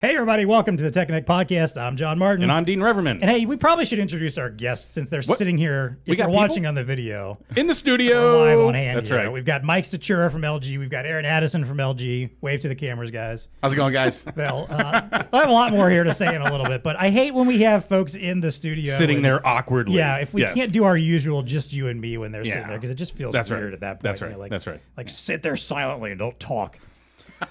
Hey, everybody, welcome to the TechNet Podcast. I'm John Martin. And I'm Dean Reverman. And hey, we probably should introduce our guests since they're What? sitting here. If We got you're people? watching on the video, in the we're studio. live on hand. That's here. right. We've got Mike Statura from LG. We've got Aaron Addison from LG. Wave to the cameras, guys. How's it going, guys? Well, uh, I have a lot more here to say in a little bit, but I hate when we have folks in the studio Sitting and- there awkwardly. Yeah, if we Yes. can't do our usual, just you and me when they're sitting Yeah. there, because it just feels That's right. weird at that point. That's you know, right. Like, That's right. Like sit there silently and don't talk.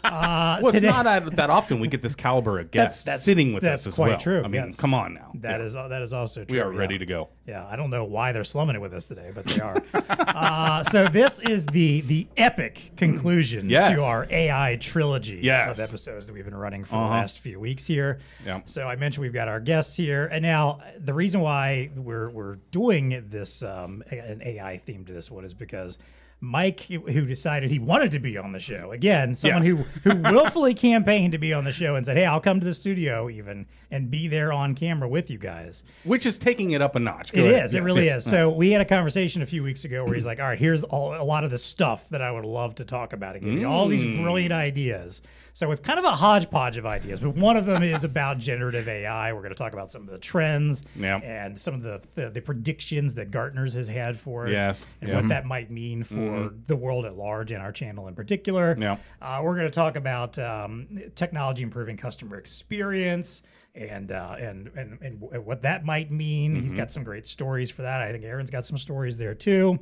Uh, Well, it's today- not that, that often we get this caliber of guests that's- sitting with that's us as quite well. true, I mean, yes. come on now. That is that is also true. We are yeah. ready to go. Yeah, I don't know why they're slumming it with us today, but they are. uh, so this is the the epic conclusion Yes. to our AI trilogy Yes. Uh-huh. of episodes that we've been running for the last few weeks here. Yeah. So I mentioned we've got our guests here, and now uh, the reason why we're we're doing this um, a- an AI theme to this one is because. Mike, who decided he wanted to be on the show again, someone Yes. who who willfully campaigned to be on the show and said, "Hey, I'll come to the studio even and be there on camera with you guys." Which is taking it up a notch. Go It ahead. is. It Yes, really yes. is. So we had a conversation a few weeks ago where he's like, "All right, here's all, a lot of the stuff that I would love to talk about and give you all these brilliant Mm. ideas." So it's kind of a hodgepodge of ideas, but one of them is about generative AI. We're going to talk about some of the trends Yeah. and some of the, the the predictions that Gartner's has had for it, Yes. and Yeah. what that might mean for the world at large and our channel in particular. Mm-hmm. Yeah. Uh, we're going to talk about um, technology improving customer experience and, uh, and and and w- what that might mean. Mm-hmm. He's got some great stories for that. I think Aaron's got some stories there too.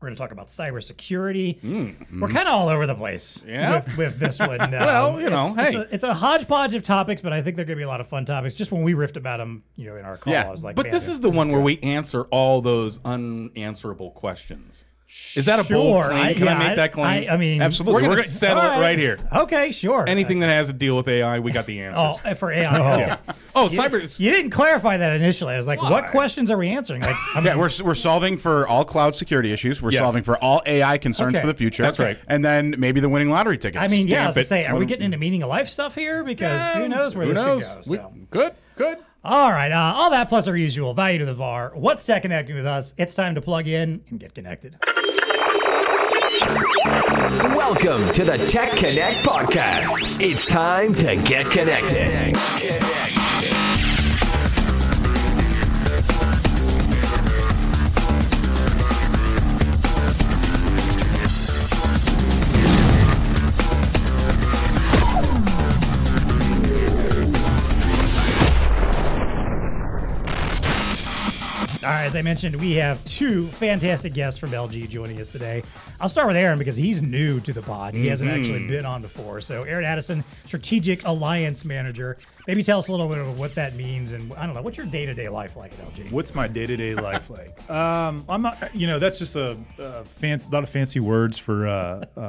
We're going to talk about cybersecurity. We're kind of all over the place Mm-hmm. Yeah. with, with this one. um, Well, you know, it's, it's hey. a, it's a hodgepodge of topics, but I think they're going to be a lot of fun topics. Just when we riffed about them, you know, in our call, Yeah. I was like, but man, this is the one where we answer all those unanswerable questions. Is that a bold sure, claim? Can yeah, I make that claim? I, I mean, Absolutely. We're We're going to gonna- settle all it right here. Okay, sure. Anything that has to deal with AI, we got the Oh, answers. for AI. okay. Oh, cyber. You didn't clarify that initially. I was like, what questions are we answering? Like, I mean, Yeah, we're, we're solving for all cloud security issues. We're Yes. solving for all AI concerns Okay. for the future. That's right. And then maybe the winning lottery tickets. I mean, yeah, I was Stamp gonna it. say, are we getting into meaning of life stuff here? Because who knows where Who this knows? could go. We- so. Good, good. All right, uh, all that plus our usual value to the VAR. What's tech connecting with us? It's time to plug in and get connected. Welcome to the Tech Connect Podcast. It's time to get connected. All right, as I mentioned, we have two fantastic guests from LG joining us today. I'll start with Aaron because he's new to the pod. He hasn't Mm-hmm. actually been on before. So, Aaron Addison, Strategic Alliance Manager. Maybe tell us a little bit of what that means, and I don't know, what's your day to day life like at LG? What's my day to day life like? Um, I'm not, you know, that's just a, a fancy, lot of fancy words for uh, uh,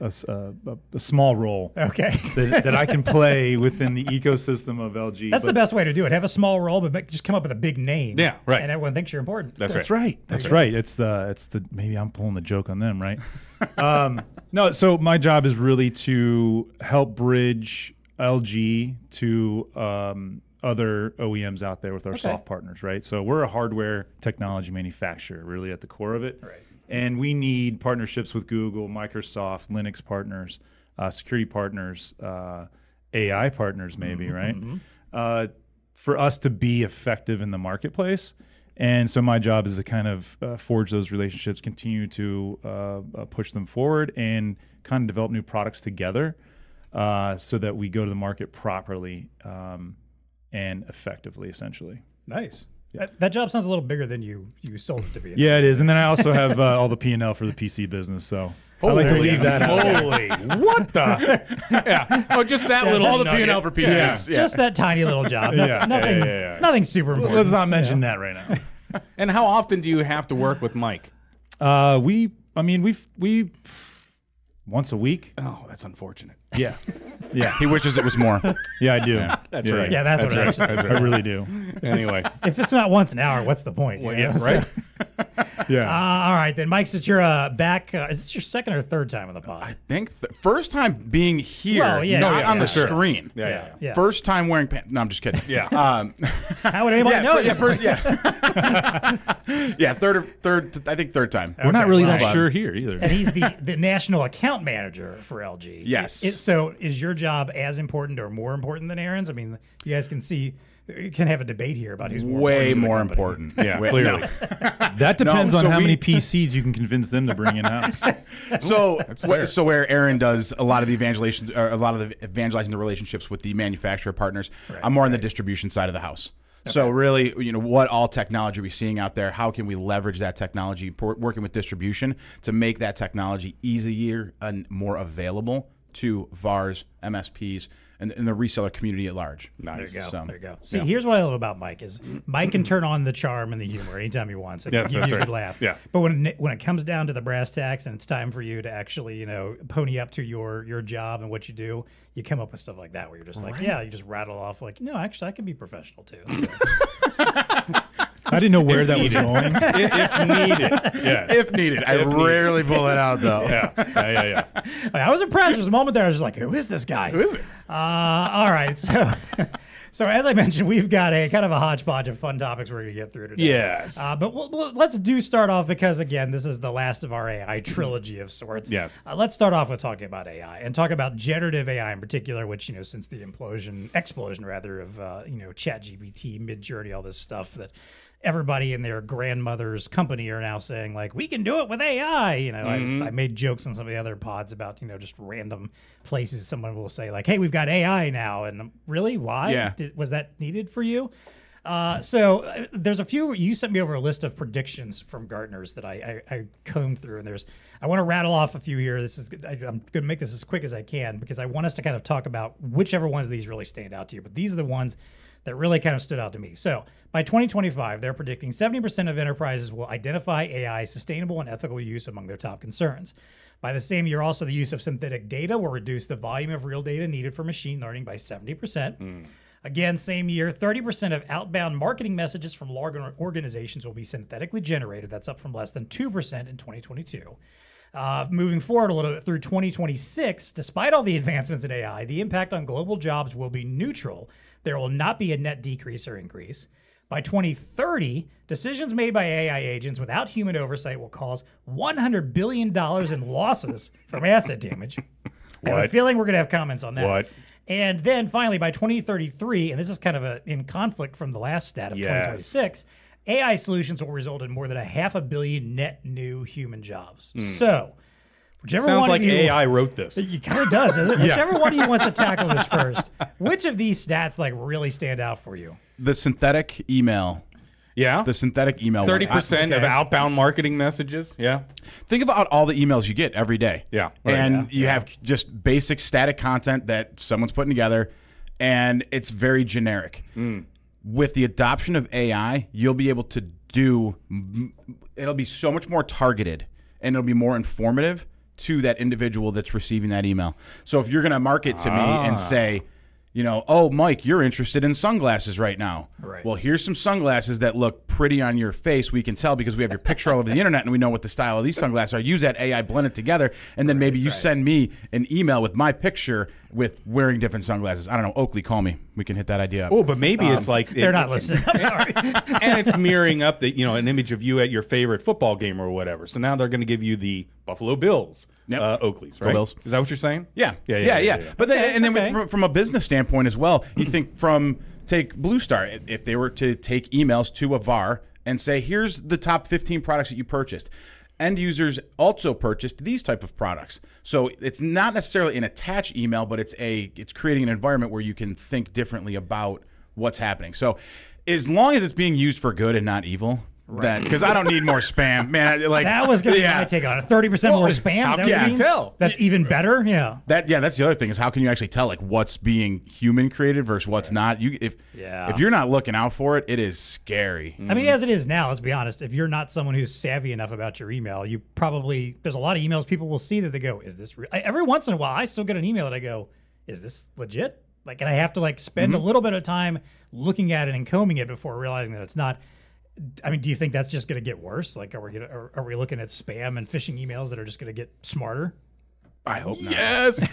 a, s- a- a- a small role Okay. that, that I can play within the ecosystem of LG. That's the but- best way to do it. Have a small role, but make, just come up with a big name. Yeah, right. And everyone thinks you're important. That's, That's right. That's right. It's the it's the maybe I'm pulling the joke on them, right? um, no, so my job is really to help bridge LG to um, other OEMs out there with our soft partners, right? So we're a hardware technology manufacturer, really at the core of it, right? And we need partnerships with Google, Microsoft, Linux partners, uh, security partners, uh, AI partners, maybe, right? Uh, for us to be effective in the marketplace. And so my job is to kind of uh, forge those relationships, continue to uh, uh, push them forward, and kind of develop new products together uh, so that we go to the market properly um, and effectively, essentially. Nice. That, that job sounds a little bigger than you you sold it to be. Yeah, it is. And then I also have uh, all the P and L for the PC business, so I like to leave that out. Holy, what the? yeah. Oh, just that little. all the P nugget. and L for pieces. Yeah. Just that tiny little job. No- Yeah, yeah, Nothing. yeah, yeah, yeah. Nothing super important. Let's not mention that right now. And how often do you have to work with Mike? Uh, we, I mean, we've we once a week. Oh, that's unfortunate. Yeah, He wishes it was more. yeah, I do. That's Yeah. right. yeah, that's, what it is. I really do. Anyway, If it's not once an hour, what's the point? you know? right. Yeah. Uh, all right, then, Mike Satura, back. Uh, is this your second or third time on the pod? I think the first time being here, Well, yeah. not No, yeah, on yeah, the sure. screen. Yeah, yeah, yeah. Yeah. First time wearing pants. No, I'm just kidding. Yeah. Um, How would anybody yeah, know? fir- it? yeah, first, yeah. yeah, third, or, third, I think third time. We're not Okay, really well, that sure here either. and he's the, the national account manager for LG. Yes. It- so is your job as important or more important than Aaron's? I mean, you guys can see, you can have a debate here about who's more Way important to the more company. important. Yeah, Way- clearly. no. That depends so on how we- many PCs you can convince them to bring in house. So, wh- so where Aaron does a lot of the evangelization, or a lot of the evangelizing the relationships with the manufacturer partners. I'm more on the distribution side of the house. So really, you know, what all technology are we seeing out there? How can we leverage that technology, por- working with distribution to make that technology easier and more available to VARs, MSPs, and, and the reseller community at large? Nice. There you go. So- there you go. See, here's what I love about Mike is Mike can turn on the charm and the humor anytime he wants. It Yes, give that's you a right. good laugh. Yeah. But when it, when it comes down to the brass tacks and it's time for you to actually, you know, pony up to your your job and what you do, you come up with stuff like that where you're just like, yeah, you just rattle off like, no, actually, I can be professional too. I didn't know where that was going. if, if needed. Yeah. If needed, I rarely pull it out though. Yeah. Yeah. Yeah. yeah. Like, I was impressed. There was a moment there. I was just like, who is this guy? Who is it? Uh, all right. So, so as I mentioned, we've got a kind of a hodgepodge of fun topics we're going to get through today. Yes. Uh, but we'll, we'll- let's do start off because again, this is the last of our AI trilogy of sorts. Yes. Uh, let's start off with talking about AI and talk about generative AI in particular, which you know, since the implosion, explosion rather, of uh, you know, ChatGPT, MidJourney, all this stuff that everybody in their grandmother's company are now saying like we can do it with AI. You know, Mm-hmm. I, I made jokes on some of the other pods about you know just random places someone will say like, hey, we've got AI now, and um, really, why? Yeah. Did, was that needed for you? Uh, so uh, there's a few. You sent me over a list of predictions from Gartner's that I, I, I combed through, and there's. I want to rattle off a few here. This is. I, I'm going to make this as quick as I can because I want us to kind of talk about whichever ones of these really stand out to you. But these are the ones that really kind of stood out to me. So by 2025, they're predicting 70% of enterprises will identify AI sustainable and ethical use among their top concerns. By the same year, also the use of synthetic data will reduce the volume of real data needed for machine learning by 70%. Again, same year, 30% of outbound marketing messages from large or- organizations will be synthetically generated. That's up from less than 2% in 2022. Uh, moving forward a little bit through 2026, despite all the advancements in AI, the impact on global jobs will be neutral. There will not be a net decrease or increase. By 2030, decisions made by AI agents without human oversight will cause $100 billion in losses from asset damage. I have a What? feeling we're going to have comments on that. What? And then finally, by 2033, and this is kind of a, in conflict from the last stat of Yes. 2026, AI solutions will result in more than a half a billion net new human jobs. Hmm. So, whichever Sounds one like of you, AI wrote this. It kind of does, doesn't it? Whichever one of you wants to tackle this first, which of these stats like really stand out for you? The synthetic email, Yeah. the synthetic email. one. Thirty percent of Okay. outbound marketing messages. Yeah. Think about all the emails you get every day. Yeah, right, and yeah, you have just basic static content that someone's putting together, and it's very generic. Mm. With the adoption of AI, you'll be able to do. m- It'll be so much more targeted, and it'll be more informative to that individual that's receiving that email. So if you're going to market to me Ah. and say. You know, oh Mike, you're interested in sunglasses right now. Right. Well, here's some sunglasses that look pretty on your face. We can tell because we have your picture all over the internet and we know what the style of these sunglasses are. Use that AI, blend it together, and then maybe you send me an email with my picture with wearing different sunglasses. I don't know. Oakley, call me. We can hit that idea up. Oh, but maybe it's like They're not listening. I'm sorry. and it's mirroring up that you know an image of you at your favorite football game or whatever. So now they're going to give you the Buffalo Bills, Yep. uh, Oakleys, right? Bills. Is that what you're saying? Yeah, yeah, yeah, yeah. But then, and then okay. from, from a business standpoint as well, you think from take Blue Star if they were to take emails to a VAR and say, "Here's the top 15 products that you purchased." End users also purchased these type of products, so it's not necessarily an attach email, but it's a it's creating an environment where you can think differently about what's happening. So, as long as it's being used for good and not evil, then because I don't need more spam, man. I- Like That was going to yeah. be my take on it. 30% more spam? Is that what can it you means? tell? That's even better? Yeah. That yeah, that's the other thing is how can you actually tell like what's being human created versus what's not? You if Yeah. if you're not looking out for it, it is scary. I Mm. mean, as it is now, let's be honest. If you're not someone who's savvy enough about your email, you probably there's a lot of emails people will see that they go, "Is this real?" I, every once in a while, I still get an email that I go, "Is this legit?" Mm-hmm. Like, and I have to like spend a little bit of time looking at it and combing it before realizing that it's not. I mean, do you think that's just going to get worse? Like, are we gonna, are, are we looking at spam and phishing emails that are just going to get smarter? I hope not. Yes.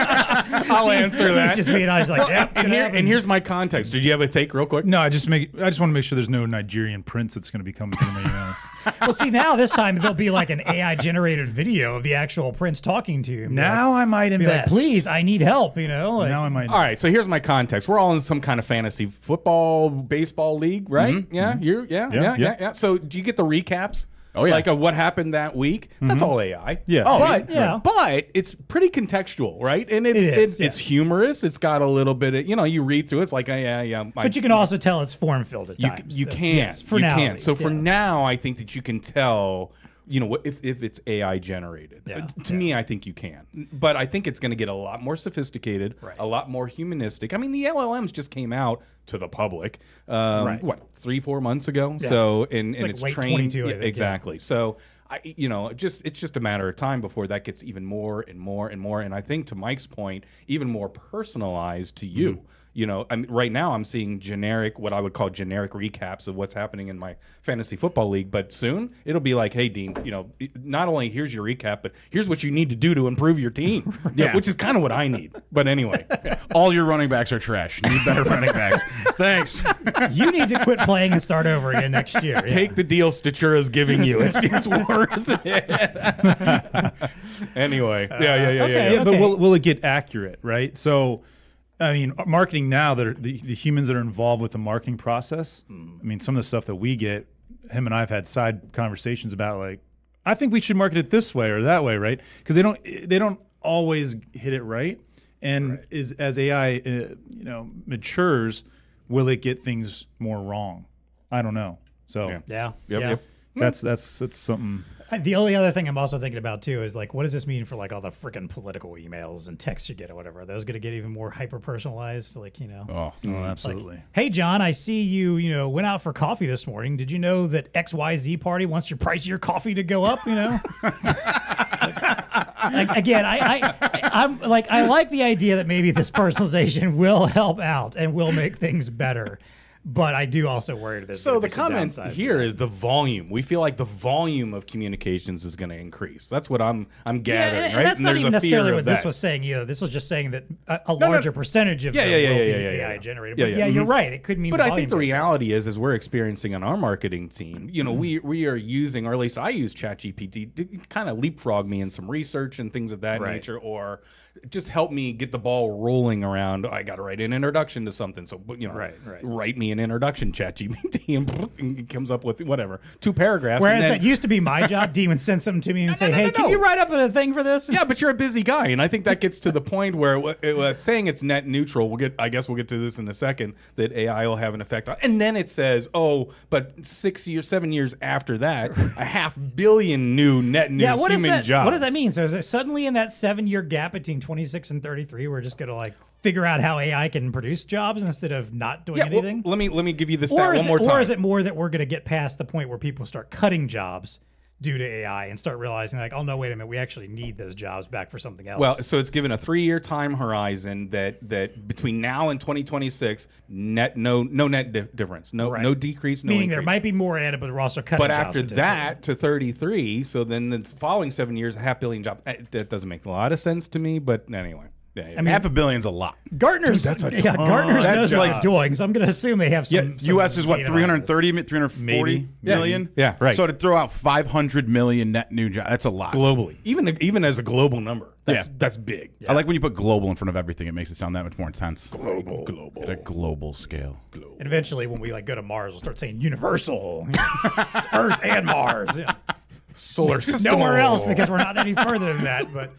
I'll answer He's that. just being honest, like, yep, and, could here, happen. and here's my context. Did you have a take real quick? No, I just make. I just want to make sure there's no Nigerian prince that's going to be coming through my emails. well, see, now this time there'll be like an AI generated video of the actual prince talking to you. and be like- now I might be like, invest. please, I need help. You know, like, Now I might. All right, so here's my context. We're all in some kind of fantasy football, baseball league, right? Yeah, you're, yeah, yeah, Yeah, yeah, yeah. yeah, So do you get the recaps? Oh, yeah. like of what happened that week. That's all AI. Yeah. Oh, but yeah. but it's pretty contextual, right? And it's It it is, it's, yeah. humorous. It's got a little bit of you know you read through. It's like yeah, yeah, yeah. I- but you can also tell it's form filled at you, times. you though. can Yes, for you now. at can. So least, for yeah. now, I think that you can tell. You know, what- if if it's AI generated, Yeah. Uh, to me, I think you can. But I think it's going to get a lot more sophisticated, a lot more humanistic. I mean, the LLMs just came out to the public, um, Right. what three four months ago. So and and like it's late trained 22, I yeah, think, yeah. exactly. So. I, you know, just it's just a matter of time before that gets even more and more and more. And I think, to Mike's point, even more personalized to you you know, I'm right now I'm seeing generic, what I would call generic recaps of what's happening in my fantasy football league. But soon it'll be like, hey, Dean, you know, it- not only here's your recap, but here's what you need to do to improve your team. yeah, which is kind of what I need. But anyway, All your running backs are trash. You need better running backs. Thanks. you need to quit playing and start over again next year. yeah. take the deal Statura's giving you. It's, it's worth it. anyway, yeah, yeah, yeah, yeah. okay. yeah. Yeah, but will, will it get accurate, right? So, I mean, marketing now that are the, the humans that are involved with the marketing process. Hmm. I mean, some of the stuff that we get, him and I have had side conversations about, like, I think we should market it this way or that way, right? Because they don't they don't always hit it right. And is as AI, uh, you know, matures, will it get things more wrong? I don't know. So Yeah. Yep, yeah. yep. that's that's that's something. I- The only other thing I'm also thinking about too is like, what does this mean for like all the freaking political emails and texts you get or whatever? Are those going to get even more hyper personalized? Like, you know, Oh, absolutely. hey, John, I see you, you know, went out for coffee this morning. Did you know that XYZ party wants your price of your coffee to go up? You know, like, again, I, I, I'm like, I like the idea that maybe this personalization will help out and will make things better. But I do also worry that there's So gonna be the some comment downsides to here that. is the volume. We feel like the volume of communications is going to increase. That's what I'm I'm Yeah, gathering, and, and right? that's And not there's even a fear necessarily of what this that. was saying either. This was just saying that a, a larger percentage of Yeah, them yeah, yeah, will yeah, be yeah, yeah, AI yeah. generated. Yeah, But yeah, yeah. Mm-hmm. you're right. It could mean. But I volume think the goes up. reality is, is we're experiencing on our marketing team. You know, Mm-hmm. we we are using, or at least I use ChatGPT to kind of leapfrog me in some research and things of that Right. nature, or just help me get the ball rolling around. I got to write an introduction to something, so you know, Right, right. write me an introduction, ChatGPT, and, and it comes up with whatever two paragraphs. and Whereas then- that used to be my job, Demon sends them to me and say, no, "Hey, no, no. can you write up a thing for this?" yeah, but you're a busy guy, and I think that gets to the point where wh- it, well, it's saying it's net neutral. We'll get, I guess, we'll get to this in a second. That AI will have an effect on, and then it says, oh, but six years, seven years after that, a half billion new net new Yeah, what is human that? jobs. What does that mean? So is it suddenly in that seven-year gap between 26 and 33, we're just going to like figure out how AI can produce jobs instead of not doing Yeah, well, anything? let me let me give you the stat or is one more it, time. Or is it more that we're going to get past the point where people start cutting jobs due to AI and start realizing, like, oh no, wait a minute, we actually need those jobs back for something else. Well, so it's given a three-year time horizon that that between now and 2026, net no no net di- difference, no Right. no decrease, no meaning there increase. might be more added, but we're also cutting. But jobs after potentially. that to 33, so then the following seven years, a half billion jobs. Eh, That doesn't make a lot of sense to me, but anyway. Yeah, yeah. half a billion's a lot. Gardner's Dude, that's a yeah, ton. Gardner's That's knows what like- they're doing, so I'm going to assume they have some. Yeah, some U.S. is what data on this. 330, mi- 340 Yeah. million? Yeah, right. So to throw out 500 million net new jobs, that's a lot. globally, even even as a global number, that's Yeah. that's big. I like when you put global in front of everything; it makes it sound that much more intense. Global, global. At a global scale. Global. And eventually, when we like go to Mars, we'll start saying universal, It's Earth and Mars. Yeah. solar system. nowhere else because we're not any further than that. But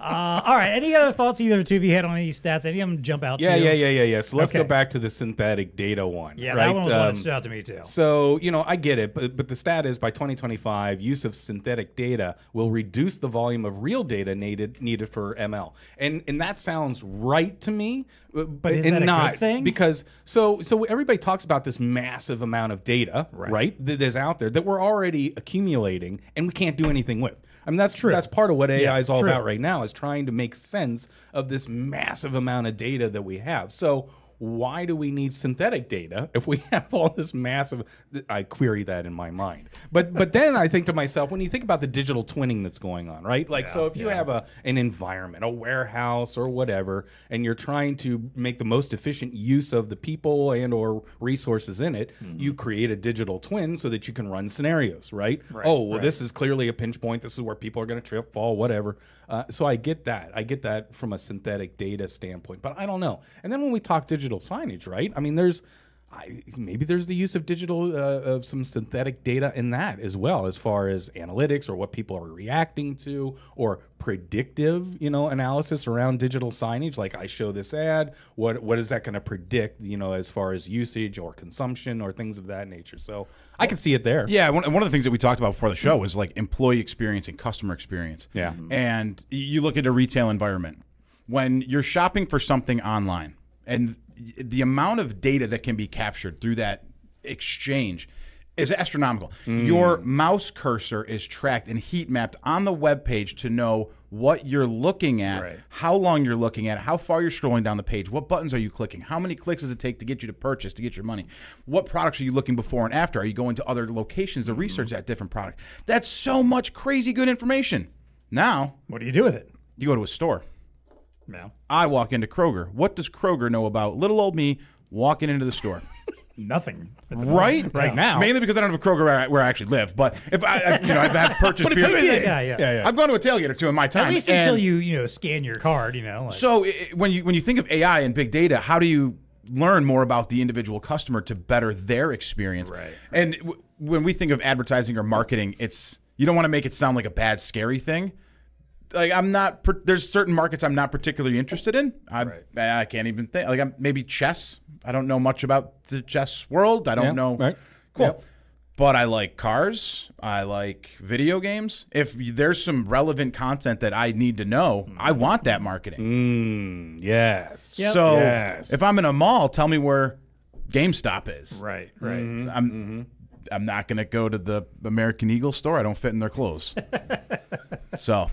uh, all right, any other thoughts either of the two of you had on any stats? Any of them jump out? yeah, to you? yeah, yeah, yeah, yeah. So let's go Okay. back to the synthetic data one. yeah. right? That one was one Um, that stood out to me too. So, you know, I get it, but, but the stat is by 2025, use of synthetic data will reduce the volume of real data needed needed for ML. And and that sounds right to me, but, but is and that a good not thing? because so so everybody talks about this massive amount of data, right. that is out there that we're already accumulating and we can't do anything with. I mean that's true. That's part of what AI is all true. about right now is trying to make sense of this massive amount of data that we have. So why do we need synthetic data if we have all this massive? I query that in my mind. But but then I think to myself, when you think about the digital twinning that's going on, right? Like so, if you have a an environment, a warehouse or whatever, and you're trying to make the most efficient use of the people and or resources in it, you create a digital twin so that you can run scenarios, right? oh well, this is clearly a pinch point. This is where people are going to trip, fall, whatever. Uh, so I get that. I get that from a synthetic data standpoint, but I don't know. And then when we talk digital signage, right? I mean, there's I, maybe there's the use of digital uh, of some synthetic data in that as well, as far as analytics or what people are reacting to, or predictive, you know, analysis around digital signage. Like I show this ad, what what is that going to predict, you know, as far as usage or consumption or things of that nature. So I can see it there. Yeah, one, one of the things that we talked about before the show was like employee experience and customer experience. Yeah. Mhm. And y- you look at a retail environment when you're shopping for something online and y- the amount of data that can be captured through that exchange is astronomical. Your mouse cursor is tracked and heat mapped on the web page to know what you're looking at, how long you're looking at, how far you're scrolling down the page, what buttons are you clicking, how many clicks does it take to get you to purchase, to get your money, what products are you looking before and after, are you going to other locations to Mm-hmm. research that different product. That's so much crazy good information. Now What do you do with it? you go to a store. No. I walk into Kroger. What does Kroger know about little old me walking into the store? Nothing. at the moment. right, Right now. Mainly because I don't have a Kroger where I, where I actually live. But if I, I you know, I've had purchased beer. Who's that guy? Yeah. I've gone to a tailgate or two in my time. At least and until you you know scan your card, you know. Like, So i- i- when you when you think of AI and big data, how do you learn more about the individual customer to better their experience? Right. And w- when we think of advertising or marketing, it's you don't want to make it sound like a bad, scary thing. Like I'm not. par- There's certain markets I'm not particularly interested in. I I can't even think. Like I'm maybe chess. I don't know much about the chess world. I don't Yeah, know. right. Cool. Yep. But I like cars. I like video games. If y- there's some relevant content that I need to Hmm. know, I want that marketing. Mm, yes. Yep. So Yes. if I'm in a mall, tell me where GameStop is. right, right. I'm I'm not gonna go to the American Eagle store. I don't fit in their clothes. so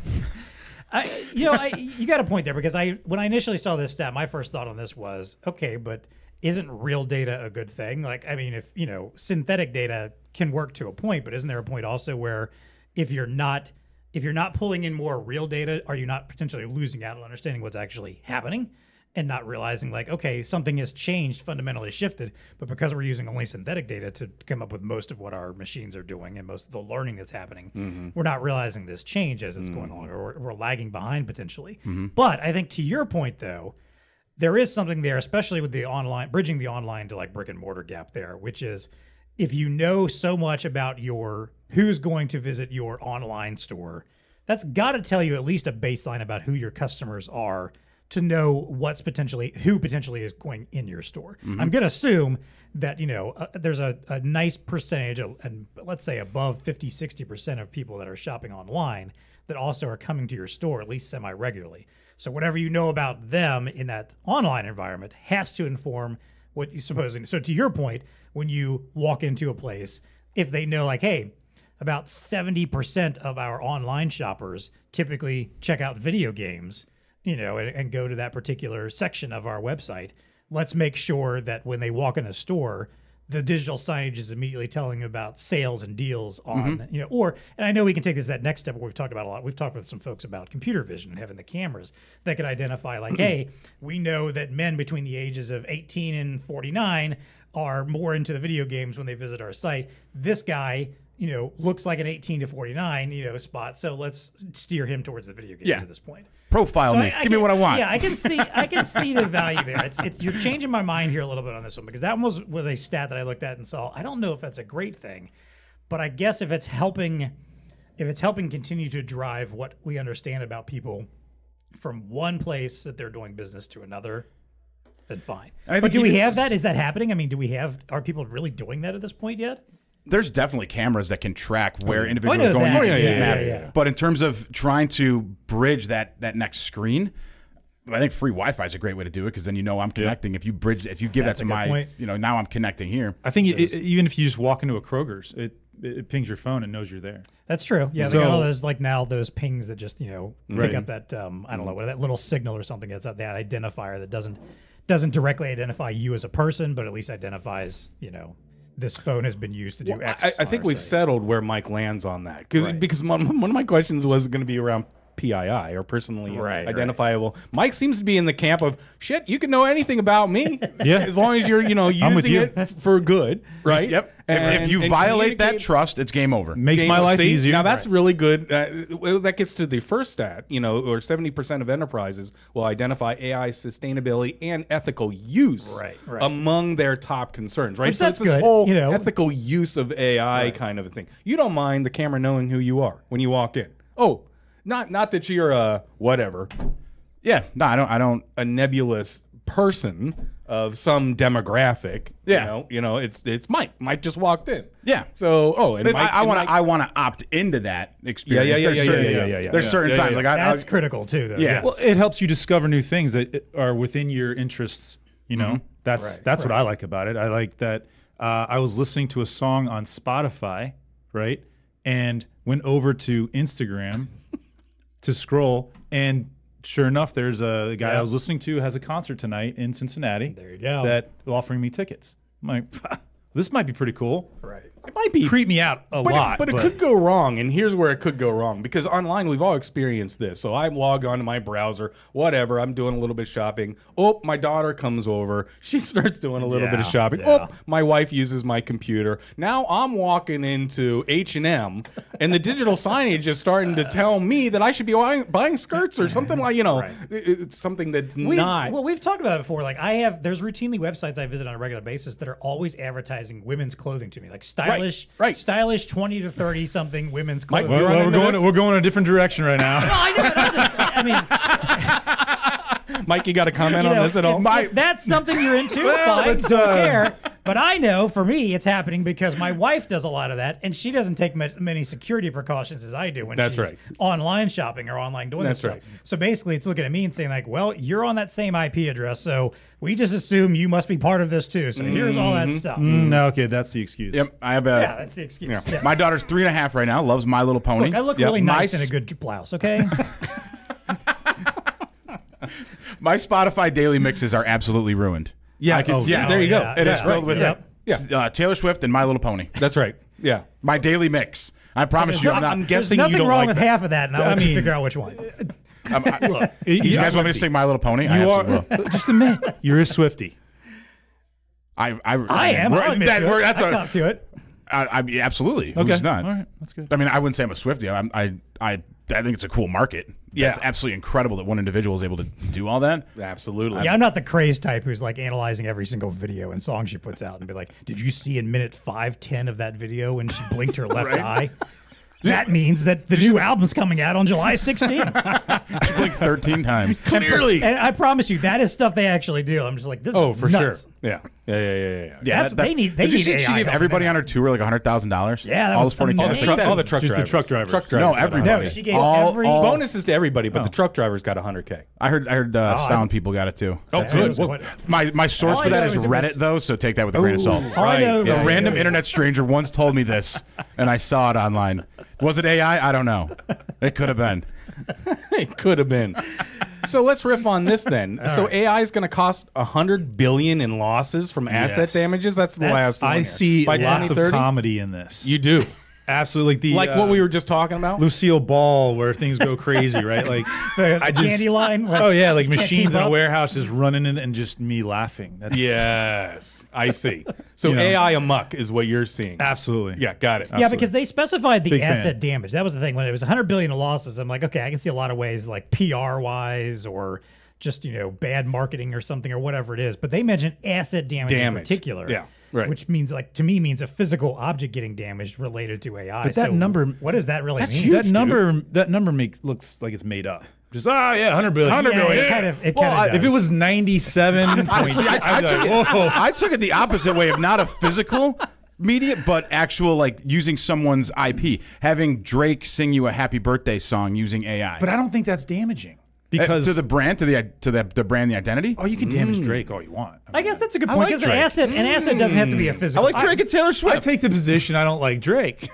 I, you know, I, you got a point there because I when I initially saw this stat, my first thought on this was, okay, but isn't real data a good thing? Like, I mean, if you know, synthetic data can work to a point, but isn't there a point also where if you're not if you're not pulling in more real data, are you not potentially losing out on understanding what's actually happening and not realizing like, okay, something has changed, fundamentally shifted, but because we're using only synthetic data to come up with most of what our machines are doing and most of the learning that's happening, we're not realizing this change as it's going on, or we're, we're lagging behind potentially. But I think to your point though, there is something there, especially with the online bridging the online to like brick and mortar gap there, which is if you know so much about your who's going to visit your online store, that's got to tell you at least a baseline about who your customers are to know what's potentially who potentially is going in your store. I'm going to assume that you know uh, there's a, a nice percentage of, and let's say above 50 60% of people that are shopping online that also are coming to your store at least semi regularly. So whatever you know about them in that online environment has to inform what you supposing. So to your point, when you walk into a place, if they know like, hey, about 70% of our online shoppers typically check out video games, you know, and, and go to that particular section of our website. Let's make sure that when they walk in a store, the digital signage is immediately telling them about sales and deals on, you know, or, and I know we can take this that next step, what we've talked about a lot. We've talked with some folks about computer vision and having the cameras that could identify, like, hey, we know that men between the ages of 18 and 49 are more into the video games when they visit our site. This guy, you know, looks like an 18 to 49, you know, spot. So let's steer him towards the video games Yeah. at this point. profile So me. Give me can- what I want. Yeah, I can see I can see the value there. It's, it's you're changing my mind here a little bit on this one because that one was was a stat that I looked at and saw. I don't know if that's a great thing, but I guess if it's helping if it's helping continue to drive what we understand about people from one place that they're doing business to another, then fine. But I think do you we just- have that? Is that happening? I mean, do we have are people really doing that at this point yet? There's definitely cameras that can track where individuals know are going. that. You can Oh, yeah, heat yeah, map. yeah, yeah. But in terms of trying to bridge that that next screen. I think free Wi-Fi is a great way to do it because then you know I'm connecting. If you bridge, if you give That's that a to good my, point. you know, now I'm connecting here. I think it, even if you just walk into a Kroger's, it, it pings your phone and knows you're there. That's true. Yeah, they got all So- those like now those pings that just you know pick Right. up that um, I don't know what that little signal or something. It's that identifier that doesn't doesn't directly identify you as a person, but at least identifies, you know, this phone has been used to do Well, X. I, I think R, we've Z. settled where Mike lands on that 'Cause- because one, one of my questions was going to be around PII or personally Right, identifiable. Mike seems to be in the camp of shit. You can know anything about me, Yeah. as long as you're you know I'm with using you. it f- for good, right? Yep. If, if you and violate that communicate- trust, it's game over. Makes game- my life see, easier. Now that's really good. Uh, well, that gets to the first stat, you know, or seventy percent of enterprises will identify AI sustainability and ethical use Right, right. among their top concerns. Right, Which so it's that's this good, whole you know. ethical use of AI kind of a thing. You don't mind the camera knowing who you are when you walk in. Oh, not not that you're a whatever, Yeah. No, I don't. I don't. a nebulous person of some demographic. Yeah. you know, you know, it's it's Mike. Mike just walked in. Yeah. So oh, and But Mike, I and want Mike- to. I want to opt into that experience. yeah, There's yeah, yeah, certain- yeah, yeah, yeah, There's yeah. certain Yeah, yeah, times yeah. like I, That's I, critical too, though. Yeah. Well, it helps you discover new things that are within your interests. You know, that's that's what I like about it. I like that uh, I was listening to a song on Spotify, right, and went over to Instagram to scroll, and sure enough, there's a guy I was listening to has a concert tonight in Cincinnati. There you go. That offering me tickets. I'm like, this might be pretty cool. Right. it might be Creep me out a but lot, It, but, it could go wrong, and here's where it could go wrong because online we've all experienced this. So I log onto my browser, whatever. I'm doing a little bit of shopping. Oh, my daughter comes over. She starts doing a little bit of Yeah, shopping. yeah. Oh, my wife uses my computer. Now I'm walking into H and M, and the digital signage is starting to tell me that I should be buying, buying skirts or something like you know, it- it's something that's We've- not. Well, we've talked about it before. Like I have, there's routinely websites I visit on a regular basis that are always advertising women's clothing to me, like stylish, right. stylish twenty to thirty something women's clothing. Well, You're on well, we're into going this? we're going a different direction right now. I know, but I'm just- I mean, Mike, you got a comment you on know, this at all? If, if that's something you're into, fine, that's, don't uh, care. But I know for me, it's happening because my wife does a lot of that, and she doesn't take ma- many security precautions as I do when That's she's right. online shopping or online doing That's this right. stuff. So basically, it's looking at me and saying like, "Well, you're on that same IP address, so we just assume you must be part of this too." So here's all that stuff. Mm, no, okay, that's the excuse. Yep. I have a. Yeah, that's the excuse. Yes. My daughter's three and a half right now. Loves My Little Pony. Look, I look Yep. really My nice in a s- good blouse, okay? My Spotify daily mixes are absolutely ruined. Yeah, I can, oh, yeah. yeah, there you go. yeah, It is yeah, filled right, with yeah. yeah. Uh, Taylor Swift and My Little Pony. That's right. Yeah. My daily mix. I promise you, I'm not. I'm There's guessing nothing you don't wrong like with that. half of that, and I'll I let you mean- figure out which one. I'm, I, look, You, you guys want me to sing My Little Pony? I You absolutely are will. just admit you're a Swifty. I, I, I am. we're- I'll admit that- to it. we're- that's I a- come to it. I, I, yeah, absolutely. Okay, Who's not? All right, that's good. I mean, I wouldn't say I'm a Swifty. I'm, I, I, I think it's a cool market. Yeah. It's absolutely incredible that one individual is able to do all that. Absolutely. Yeah, I'm not the crazed type who's like analyzing every single video and song she puts out and be like, "Did you see in minute five ten of that video when she blinked her left eye?" That means that the new album's coming out on July 16th. Like 13 times. Clearly. and I promise you, that is stuff they actually do. I'm just like, this Oh, is for nuts. sure. Yeah. Yeah. Yeah. Yeah. Yeah. yeah. Yeah, That's- they need- they did you need see she AI gave help everybody in on her tour like hundred thousand dollars? Yeah, that all was the supporting amazing. cast. All the truck- all the truck Just the drivers. truck drivers. Truck No, drivers. everybody. No, she gave all, every- all- Bonuses to everybody, but the truck drivers got 100k. I heard. I heard uh, Oh, I- Oh. sound people got it too. That's good. Well, What- My my source All for I that know is is it Reddit was- though, so take that with a grain of salt. All I know Right, yeah, is- A random internet stranger once told me this, and I saw it online. Was it AI? I don't know. It could have been. it could have been. So let's riff on this then. so AI is going to cost 100 billion in losses from asset Yes. damages. That's the That's- last. one I here. see By lots of 2030? comedy in this. You do. absolutely like the Like uh, what we were just talking about. Lucille Ball, where things go crazy, right? Like The I just candy line, like, oh yeah, like just can't keep machines in a up. warehouse just running in and just me laughing. That's Yes, I see. So You know. AI amok is what you're seeing. absolutely Yeah, got it. Yeah, because they specified the Big fan. asset damage. That was the thing. When it was 100 billion in losses, I'm like, okay, I can see a lot of ways, like PR wise or just you know bad marketing or something or whatever it is. But they mentioned asset damage, Damage. in particular. Yeah, right. Which means like to me means a physical object getting damaged related to AI. But that So number- what does that really mean? that number that number makes looks like it's made up. Just ah yeah, hundred billion. Yeah, 100 billion. It kind of, it Well, kind I- of if it was ninety-seven, I, see, I, I, took it, I took it the opposite way of not a physical media, but actual like using someone's IP, having Drake sing you a happy birthday song using AI. but I don't think that's damaging. because to the brand, to the to the, the brand, the identity. oh, you can damage Drake all you want. I, I guess that's a good I point like because an Drake. Mm. asset, an asset doesn't have to be a I physical. like Drake and Taylor mean, I Swift. take the position I don't like Drake.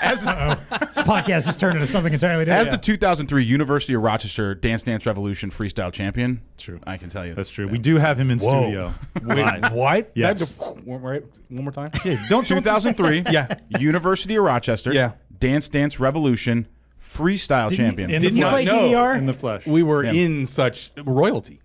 as This podcast has turned into something entirely as different. the 2003 University of Rochester Dance Dance Revolution freestyle champion. True. I can tell you That's true. We do have him in studio. Live. what? Yes. That- one, right, one more time. Don't 2003. Yeah. University of Rochester. Yeah. Dance Dance Revolution freestyle champion. in the you play flesh. DDR? in the flesh. We were in such royalty.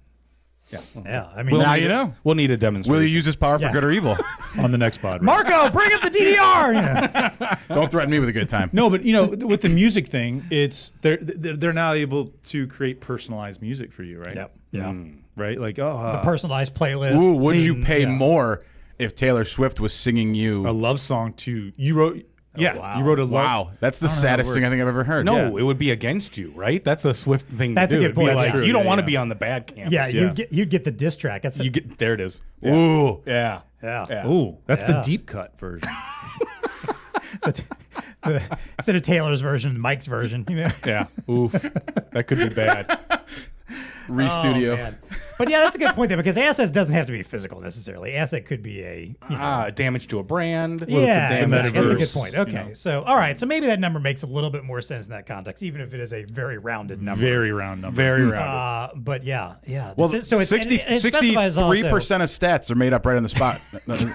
yeah, I mean, now you know. We'll need a Will demonstration. you use this power Yeah. for good or evil? on the next pod. right? Marco, bring up the DDR. Yeah. Don't threaten me with a good time. No, but you know, th- with the music thing, it's they're they're they're now able to create personalized music for you, right? Mm. Yep. Yeah. Right? Like, oh, uh, Personalized playlist. Ooh, would you pay yeah. more if Taylor Swift was singing you? a love song to you wrote. yeah, wow. you wrote a love. wow, that's the saddest thing I think I've ever heard. No, it would be against you, right? That's a swift thing That's a to do. good It'd be point. like, That's true. You don't Yeah, want to yeah. be on the bad campus. yeah, you yeah. get you get the diss track. That's a, You get there it is. Yeah. Ooh, Yeah. yeah. Ooh, that's Yeah. the deep cut version. But- but instead of Taylor's version, Mike's version. You know? Yeah. Oof. that could be bad. re Oh, studio. man. But yeah, that's a good point there because assets doesn't have to be physical necessarily. Asset could be a Ah, damage to a brand. yeah, Damage exactly. that's a good metaverse, point. you Okay, so all right, so maybe that number makes a little bit more sense in that context, even if it is a very rounded number. Very round number. Very rounded. Uh, but yeah, yeah. well, This is- so it's, and 60, it- and it 63 specifies also- percent of stats are made up right on the spot. No, no,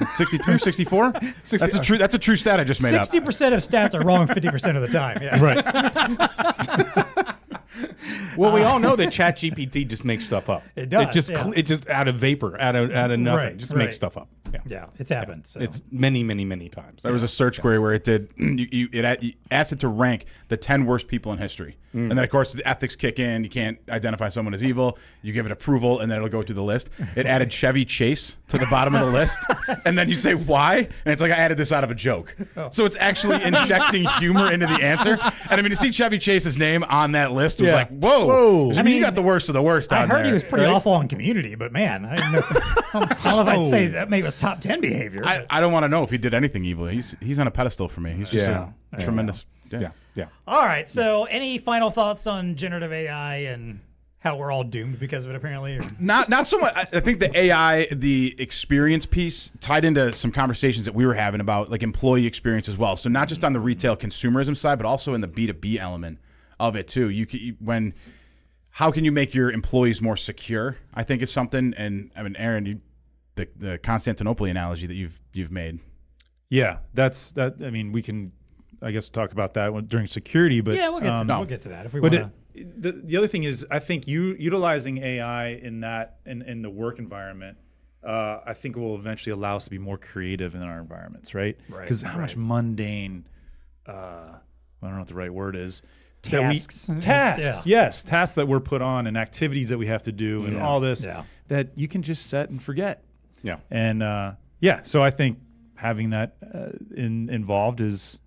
63, 64. That's a true. That's a true stat I just made up. Sixty percent of stats are wrong fifty percent of the time. Yeah. Right. Well, we all know that ChatGPT just makes stuff up. It does, It just yeah. cl- it just out of vapor, out of out of nothing, Right, just right. makes stuff up. Yeah. Yeah, it's happened. So. It's many, many, many times. There was a search query where it did you, you, it, a- you asked it to rank the ten worst people in history, and then of course the ethics kick in. You can't identify someone as evil. You give it approval, and then it'll go through the list. It added Chevy Chase to the bottom of the list, and then you say why, and it's like I added this out of a joke. So it's actually injecting humor into the answer. And I mean, to see Chevy Chase's name on that list was Yeah. like, whoa! I Whoa. mean, I you mean, got the worst of the worst. I on heard he there, was pretty right? awful on Community, but man, I didn't know. I don't know if I'd say that maybe it was top ten behavior. I, I don't want to know if he did anything evil. He's he's on a pedestal for me. He's just Yeah. a tremendous. yeah. Yeah. All right. So, any final thoughts on generative AI and how we're all doomed because of it? Apparently, or- not not so much. I I think the AI, the experience piece, tied into some conversations that we were having about like employee experience as well. So not just on the retail consumerism side, but also in the B two B element of it too. You, c- you when how can you make your employees more secure? I think is something. And I mean, Aaron, you, the the Constantinople analogy that you've you've made. yeah, that's that. I mean, we can, I guess, talk about that when, during security, but yeah, we'll get to um, we'll get to that if we But want. it, the the other thing is, I think you utilizing AI in that in, in the work environment, uh, I think will eventually allow us to be more creative in our environments, right? Right, Because how much mundane, uh, I don't know what the right word is. that we- Tasks. Yeah. tasks, yes, tasks that we're put on and activities that we have to do and all this Yeah. that you can just set and forget. Yeah. And uh, yeah, so I think having that uh, in, involved is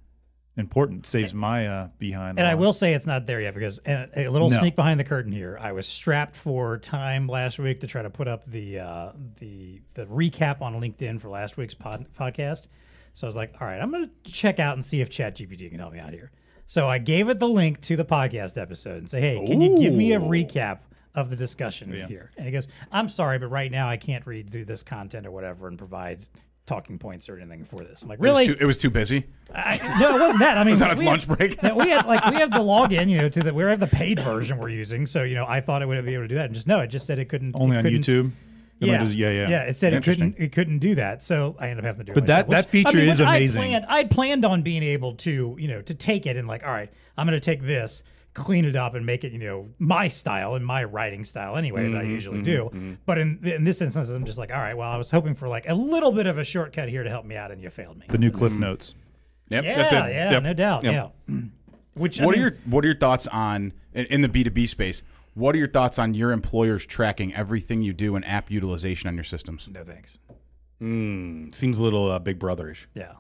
important. Saves my uh, behind. a And I lot. will say it's not there yet because and a little No. sneak behind the curtain here. I was strapped for time last week to try to put up the uh, the the recap on LinkedIn for last week's pod, podcast. So I was like, all right, I'm going to check out and see if ChatGPT can help me out here. So I gave it the link to the podcast episode and say, hey, can you give me a recap of the discussion here? And it goes, I'm sorry, but right now I can't read through this content or whatever and provide talking points or anything for this. I'm like, really? It was too, it was too busy. I, no, it wasn't that. I mean, that we a lunch have- break? no, we have like we have the login, you know, to the we have the paid version we're using. So you know, I thought it would be able to do that, and just no, it just said it couldn't. only it on couldn't- YouTube. It might Yeah, just- yeah, yeah, It said it Interesting. couldn't. It couldn't do that. So I ended up having to do. it But that- myself, which- that feature I mean, is which amazing. I planned, I planned on being able to, you know, to take it and like, all right, I'm going to take this, clean it up, and make it, you know, my style and my writing style anyway that I Mm-hmm, usually do. But in in this instance, I'm just like, all right, well, I was hoping for like a little bit of a shortcut here to help me out, and you failed me. The new Cliff Notes. Yep, Yeah, that's it. yeah, Yep. no doubt. Yeah. Which I What mean, are your What are your thoughts on in, in the B two B space? What are your thoughts on your employers tracking everything you do and app utilization on your systems? no thanks? Mm, seems a little uh, Big Brotherish. Yeah.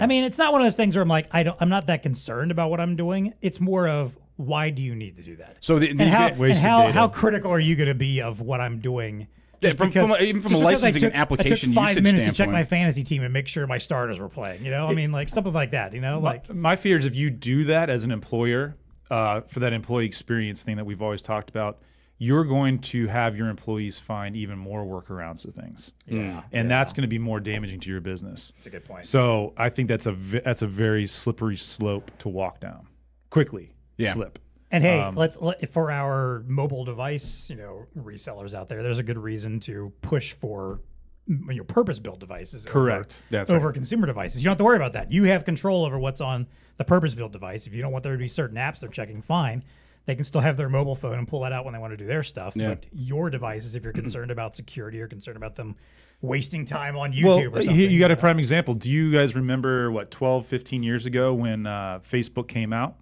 I mean, it's not one of those things where I'm like, I don't, I'm not that concerned about what I'm doing. It's more of why do you need to do that? So the, and the- how, the- and wasted how, data. how critical are you going to be of what I'm doing? Yeah, Just from- from a- even from just because a I licensing and took- I application took five usage minutes to check standpoint. my fantasy team and make sure my starters were playing. You know, I mean, like something like that. You know, like My fear is if you do that as an employer uh, for that employee experience thing that we've always talked about, you're going to have your employees find even more workarounds to things. Yeah. And that's going to be more damaging to your business. That's a good point. So I think that's a ve- that's a very slippery slope to walk down quickly. Yeah. Slip. And hey, Um, let's let, for our mobile device, you know, resellers out there, there's a good reason to push for mm, you know, purpose-built devices. Correct. Over, That's over consumer devices. You don't have to worry about that. You have control over what's on the purpose-built device. If you don't want there to be certain apps they're checking, fine. They can still have their mobile phone and pull that out when they want to do their stuff. But your devices, if you're concerned about security or concerned about them wasting time on YouTube or he- something, you got a prime example. Do you guys remember what 12, 15 years ago when uh, Facebook came out?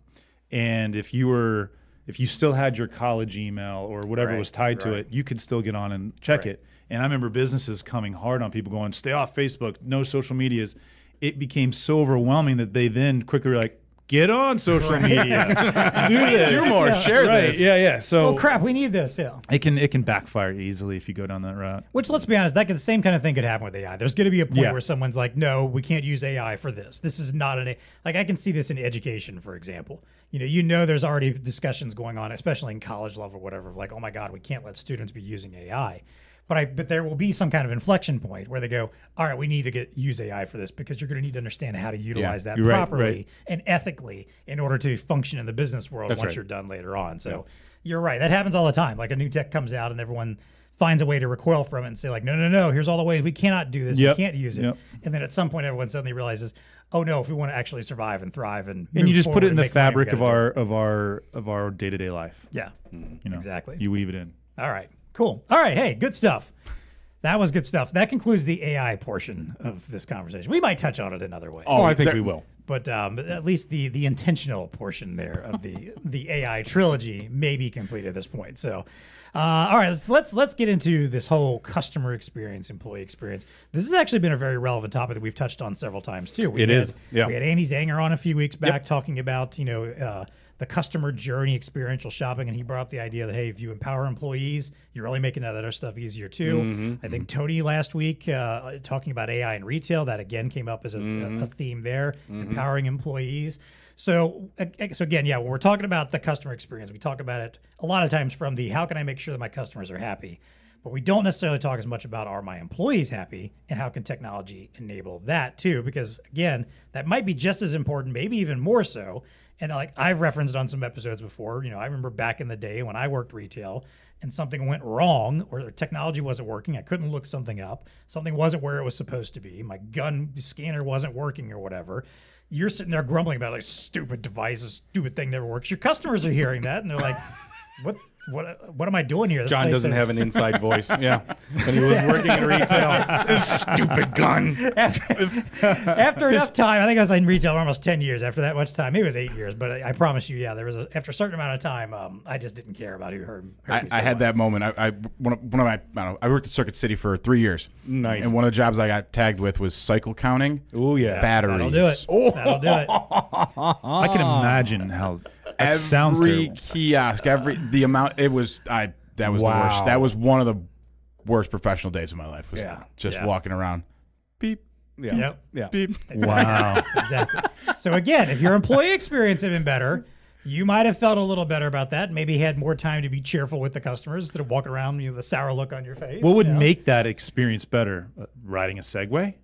And if you were, if you still had your college email or whatever was tied to it, you could still get on and check it. And I remember businesses coming hard on people going, stay off Facebook, no social medias. It became so overwhelming that they then quickly were like, get on social media, do this, Do more, share Right, this. yeah, yeah. So oh crap, we need this. Yeah. it can it can backfire easily if you go down that route. Which, let's be honest, that could, the same kind of thing could happen with AI. There's going to be a point Yeah. where someone's like, "No, we can't use AI for this. This is not an A-. like." I can see this in education, for example. You know, you know, there's already discussions going on, especially in college level, or whatever. of Like, oh my God, we can't let students be using AI. But I, but there will be some kind of inflection point where they go, "All right, we need to get use AI for this because you're going to need to understand how to utilize that you're right, properly right. and ethically in order to function in the business world once right. you're done later on." So you're right. That happens all the time. Like a new tech comes out and everyone finds a way to recoil from it and say like, no, no, no, here's all the ways we cannot do this. Yep. We can't use it. Yep. And then at some point, everyone suddenly realizes, oh no, if we want to actually survive and thrive and and you move just put forward it in and the make money, we fabric gotta of do it. our Mm-hmm. of our of our day to day life. yeah, You know, exactly. You weave it in. All right, cool. All right, hey, good stuff. That was good stuff. That concludes the AI portion of this conversation. We might touch on it another way, Oh, I think there- we will. but um, at least the the intentional portion there of the the AI trilogy may be complete at this point. So, uh, all right, let's, let's let's get into this whole customer experience, employee experience. This has actually been a very relevant topic that we've touched on several times too. We It had, is, yeah. We had Andy Zanger on a few weeks back talking about you know. Uh, the customer journey experiential shopping, and he brought up the idea that hey, if you empower employees, you're really making that other stuff easier too. I think Tony last week uh, talking about AI in retail, that again came up as a, a theme there, empowering employees. So, uh, so again, yeah, when we're talking about the customer experience, we talk about it a lot of times from the how can I make sure that my customers are happy, but we don't necessarily talk as much about are my employees happy and how can technology enable that too? Because again, that might be just as important, maybe even more so. And like I've referenced on some episodes before, you know, I remember back in the day when I worked retail and something went wrong or the technology wasn't working, I couldn't look something up, something wasn't where it was supposed to be, my gun scanner wasn't working or whatever. You're sitting there grumbling about like stupid devices, stupid thing never works. Your customers are hearing that and they're like, what what what am I doing here? This John place doesn't is- have an inside voice. Yeah. And he was working in retail. This stupid gun. after enough time, I think I was in retail for almost ten years. After that much time, maybe it was eight years, but I, I promise you, yeah, there was a, after a certain amount of time, um, I just didn't care about who heard. heard I, me so I had much. that moment. I, I one of, one of my I, don't know, I worked at Circuit City for three years. Nice. And one of the jobs I got tagged with was cycle counting. Oh, yeah. batteries. That'll do it. That'll do it. I can Ah. imagine how that Every sounds terrible. kiosk, every the amount. It was I. That was the Wow. worst. That was one of the worst professional days of my life. Was just Yeah. walking around. Beep Yeah. Yep. Yeah. beep. Wow. exactly. So again, if your employee experience had been better, you might have felt a little better about that. Maybe had more time to be cheerful with the customers instead of walking around you know, with a sour look on your face. what would you know? make that experience better? Uh, riding a Segway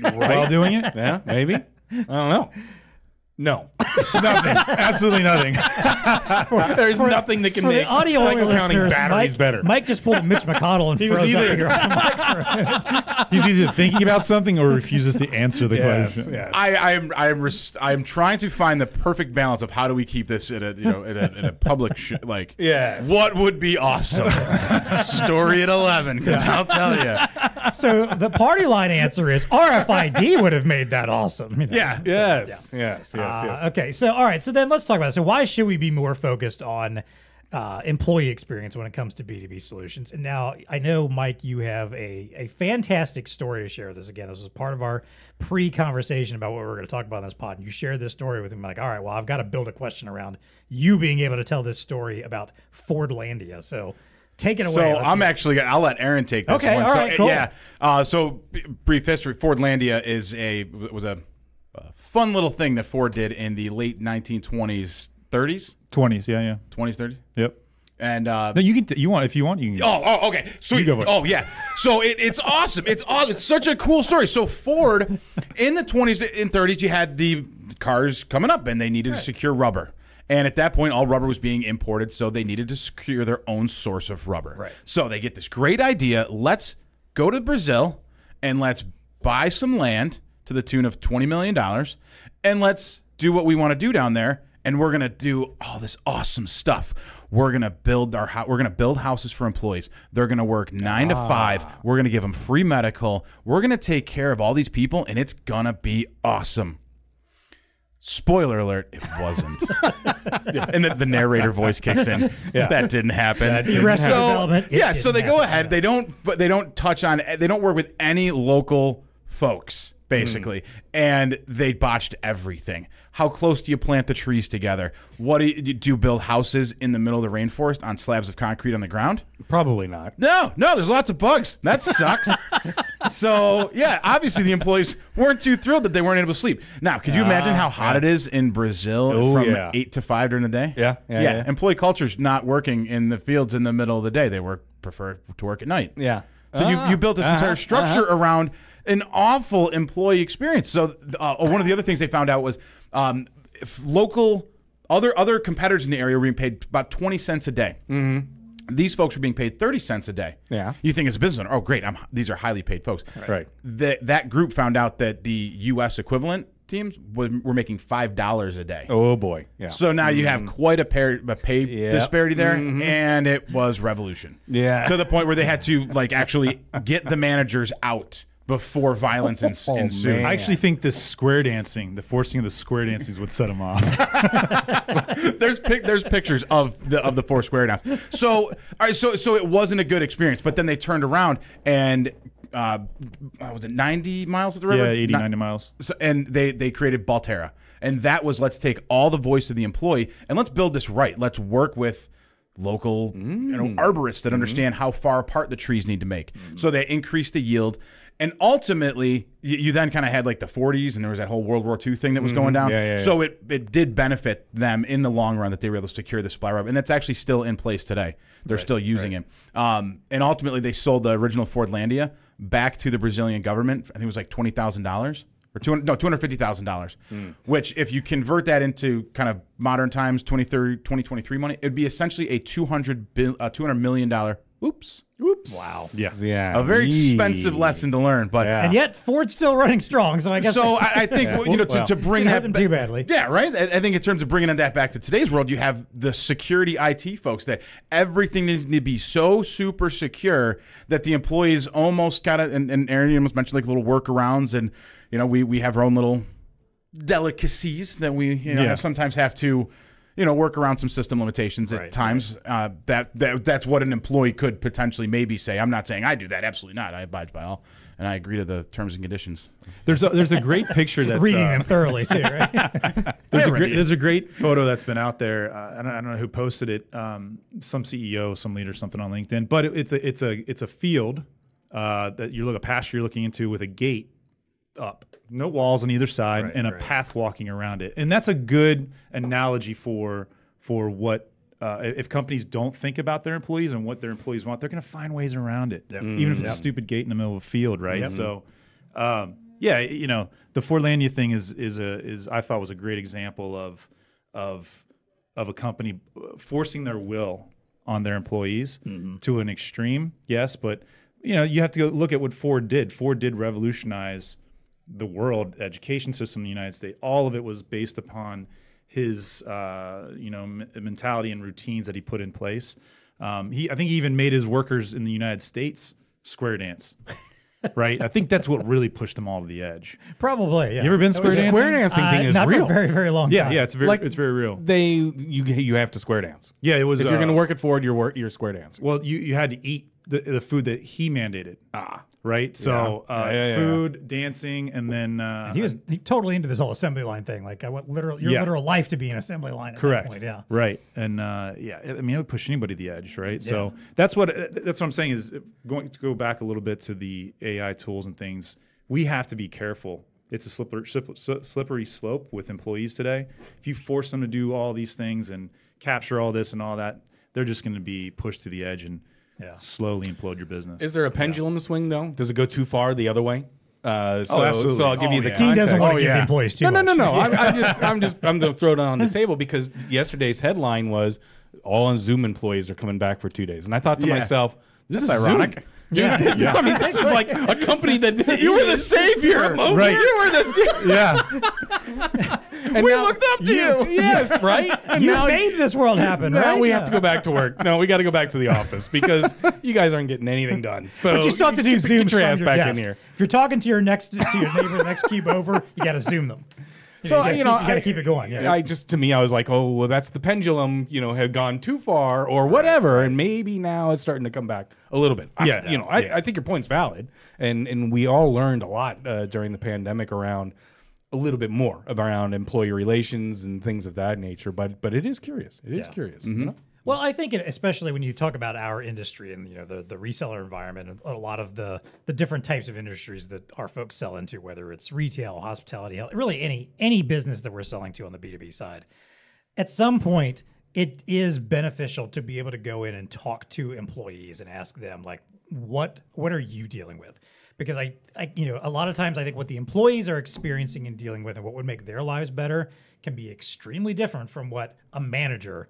while doing it? Yeah. Maybe. I don't know. No. nothing. Absolutely nothing. There's nothing that can for make the audio only cycle counting listeners, batteries Mike, better. Mike just pulled Mitch McConnell and He was froze up either- in your mic for- He's either thinking about something or refuses to answer the Yes, question. Ah, yes. I, I am I am res- I am trying to find the perfect balance of how do we keep this at a you know at a, at a public sh- like Yes. what would be awesome story at eleven because I'll tell you So the party line answer is RFID would have made that awesome. you know. yeah Yes. Yes. Yes. Uh, Yes. Okay. So all right. So then let's talk about it. So why should we be more focused on uh, employee experience when it comes to B2B solutions? And now I know Mike, you have a, a fantastic story to share with us again. This was part of our pre-conversation about what we were going to talk about on this pod. And you shared this story with me like, all right, well, I've got to build a question around you being able to tell this story about Fordlandia. So take it away. So Let's I'm hear- actually gonna. I'll let Aaron take this Okay, one. all so, right, cool. Yeah. Uh, so b- brief history. Fordlandia is a was a, a fun little thing that Ford did in the late 1920s, 30s, 20s. Yeah, yeah. 20s, 30s. Yep. And uh, No, you can. T- you want if you want you can. Oh, oh, okay. Sweet. go for it. Oh, yeah. So it, it's awesome. It's awesome. It's such a cool story. So Ford, in the 20s and 30s, you had the cars coming up, and they needed to secure rubber. And at that point, all rubber was being imported, so they needed to secure their own source of rubber. Right. So they get this great idea: let's go to Brazil and let's buy some land to the tune of twenty million dollars, and let's do what we want to do down there. And we're gonna do all this awesome stuff. We're gonna build our house. We're gonna build houses for employees. They're gonna work nine to five. We're gonna give them free medical. We're gonna take care of all these people, and it's gonna be awesome. Spoiler alert, it wasn't. and the, the narrator voice kicks in. That didn't happen. Arrested So- Development, it yeah, so didn't they go happen. ahead. They don't but they don't touch on they don't work with any local folks basically. And they botched everything. How close do you plant the trees together? What do you, do you build houses in the middle of the rainforest on slabs of concrete on the ground? Probably not. No, no, there's lots of bugs. That sucks. so, yeah, obviously the employees weren't too thrilled that they weren't able to sleep. Now, could you imagine how hot it is in Brazil Oh, from yeah. 8 to 5 during the day? Yeah, yeah, yeah. Employee culture's not working in the fields in the middle of the day. They work prefer to work at night. Yeah. So you, you built this entire uh-huh, structure around an awful employee experience. So uh, one of the other things they found out was um, if local other other competitors in the area were being paid about twenty cents a day. Mm-hmm. These folks were being paid thirty cents a day. Yeah. you think as a business owner, oh great, I'm, these are highly paid folks. Right. That that group found out that the U.S. equivalent teams were, were making five dollars a day. Oh boy. Yeah. So now you have quite a, pair, a pay Mm. Yep. Mm-hmm. disparity there, and it was revolution. Yeah. to the point where they had to like actually get the managers out before violence ens- Oh, ensued. man. I actually think this square dancing, the forcing of the square dancing, is what set him off. there's pic- there's pictures of the of the four square downs. So all right, so so it wasn't a good experience. But then they turned around and uh, what was it ninety miles of the river? yeah, 80, Ni- 90 miles. So, and they they created Baltera, and that was let's take all the voice of the employee and let's build this right. Let's work with local you Mm. know arborists Mm-hmm. that understand how far apart the trees need to make. So they increased the yield. And ultimately, you, you then kind of had like the 40s, and there was that whole World War II thing that was going down. Mm-hmm. Yeah, yeah, so it, it did benefit them in the long run that they were able to secure the supply rubber, and that's actually still in place today. They're still using it. Um, and ultimately, they sold the original Fordlandia back to the Brazilian government. I think it was like twenty thousand dollars or two hundred no two hundred fifty thousand dollars, which if you convert that into kind of modern times 23, 2023 money, it'd be essentially a two hundred bill uh, two hundred million dollar. Oops. Oops. Wow. Yeah. yeah. A very Yee. expensive lesson to learn, but And yet Ford's still running strong, so I guess so I, I think well, you know to, Well, to bring didn't that happen ba- too badly. Yeah, right. I, I think in terms of bringing that back to today's world, you have the security IT folks that everything needs to be so super secure that the employees almost kind of and, and Aaron you almost mentioned like little workarounds and you know we we have our own little delicacies that we you know Yeah. sometimes have to. You know, work around some system limitations at times. Uh, that, that that's what an employee could potentially maybe say. I'm not saying I do that. Absolutely not. I abide by all, and I agree to the terms and conditions. There's a, there's a great picture that's reading uh, them thoroughly too, right? There's a, great, there's a great photo that's been out there. Uh, I, don't, I don't know who posted it. Um, some CEO, some leader, something on LinkedIn. But it, it's a it's a it's a field uh, that you look a pasture you're looking into with a gate up, no walls on either side, and a path walking around it. And that's a good analogy for for what. Uh, if companies don't think about their employees and what their employees want, they're going to find ways around it, even if it's a stupid gate in the middle of a field, right? So, um, yeah, you know, the Forlandia thing is is a is I thought was a great example of of of a company uh, forcing their will on their employees to an extreme. Yes, but you know, you have to go look at what Ford did. Ford did revolutionize the world education system in the United States. All of it was based upon his uh, you know m- mentality and routines that he put in place. Um, he I think he even made his workers in the United States square dance. right, I think that's what really pushed them all to the edge. Probably. Yeah. You ever been square The dancing? square dancing Uh, thing is not real. for a very very long Yeah, time. yeah, it's very, Like- it's very real. they you you have to square dance. Yeah, it was. If you're uh, going to work at Ford, you're work you're square dance. Well, you, you had to eat the, the food that he mandated. Ah. Right? So Yeah. Uh, Yeah, yeah, yeah. food, dancing, and then. Uh, He was he totally into this whole assembly line thing. Like I want literal your Yeah. literal life to be an assembly line. At Correct. That point, yeah. Right. And uh, yeah, I mean, it would push anybody to the edge, right? So that's what that's what I'm saying is going to go back a little bit to the AI tools and things. We have to be careful. It's a slippery slip- sli- slippery slope with employees today. If you force them to do all these things and capture all this and all that, they're just going to be pushed to the edge and Yeah. slowly implode your business. Is there a pendulum swing though? Does it go too far the other way? Uh, so, absolutely. So I'll give you Oh, the yeah. He doesn't want context. to Oh, give the yeah. employees too No, no, much. no, no. I'm, I'm just, I'm just, I'm gonna throw it on the table because yesterday's headline was all on Zoom employees are coming back for two days, and I thought to Yeah. myself, this That's is ironic. Zoom. Dude, I mean, this is like a company that You were the savior. Right. You were the. yeah. and we now- looked up to you. Yes, right. And You now made this world happen, now right? we Yeah. have to go back to work. No, we got to go back to the office because you guys aren't getting anything done. So But you still have to do get- zooms Get your from ass your back desk. in here. If you're talking to your next to your neighbor the next cube over, you got to zoom them. So you gotta you know, keep- you gotta I- keep it going, yeah. I just to me, I was like, oh, well, that's the pendulum, you know, had gone too far or whatever, and maybe now it's starting to come back a little bit. I- Yeah. you know, I, I think your point's valid, and and we all learned a lot uh, during the pandemic around a little bit more around employee relations and things of that nature. But but it is curious. It is Yeah. curious. you know? Well, I think, it, especially when you talk about our industry and you know the, the reseller environment and a lot of the the different types of industries that our folks sell into, whether it's retail, hospitality, health, really any any business that we're selling to on the B two B side, at some point it is beneficial to be able to go in and talk to employees and ask them like what what are you dealing with because I, I you know a lot of times i think what the employees are experiencing and dealing with and what would make their lives better can be extremely different from what a manager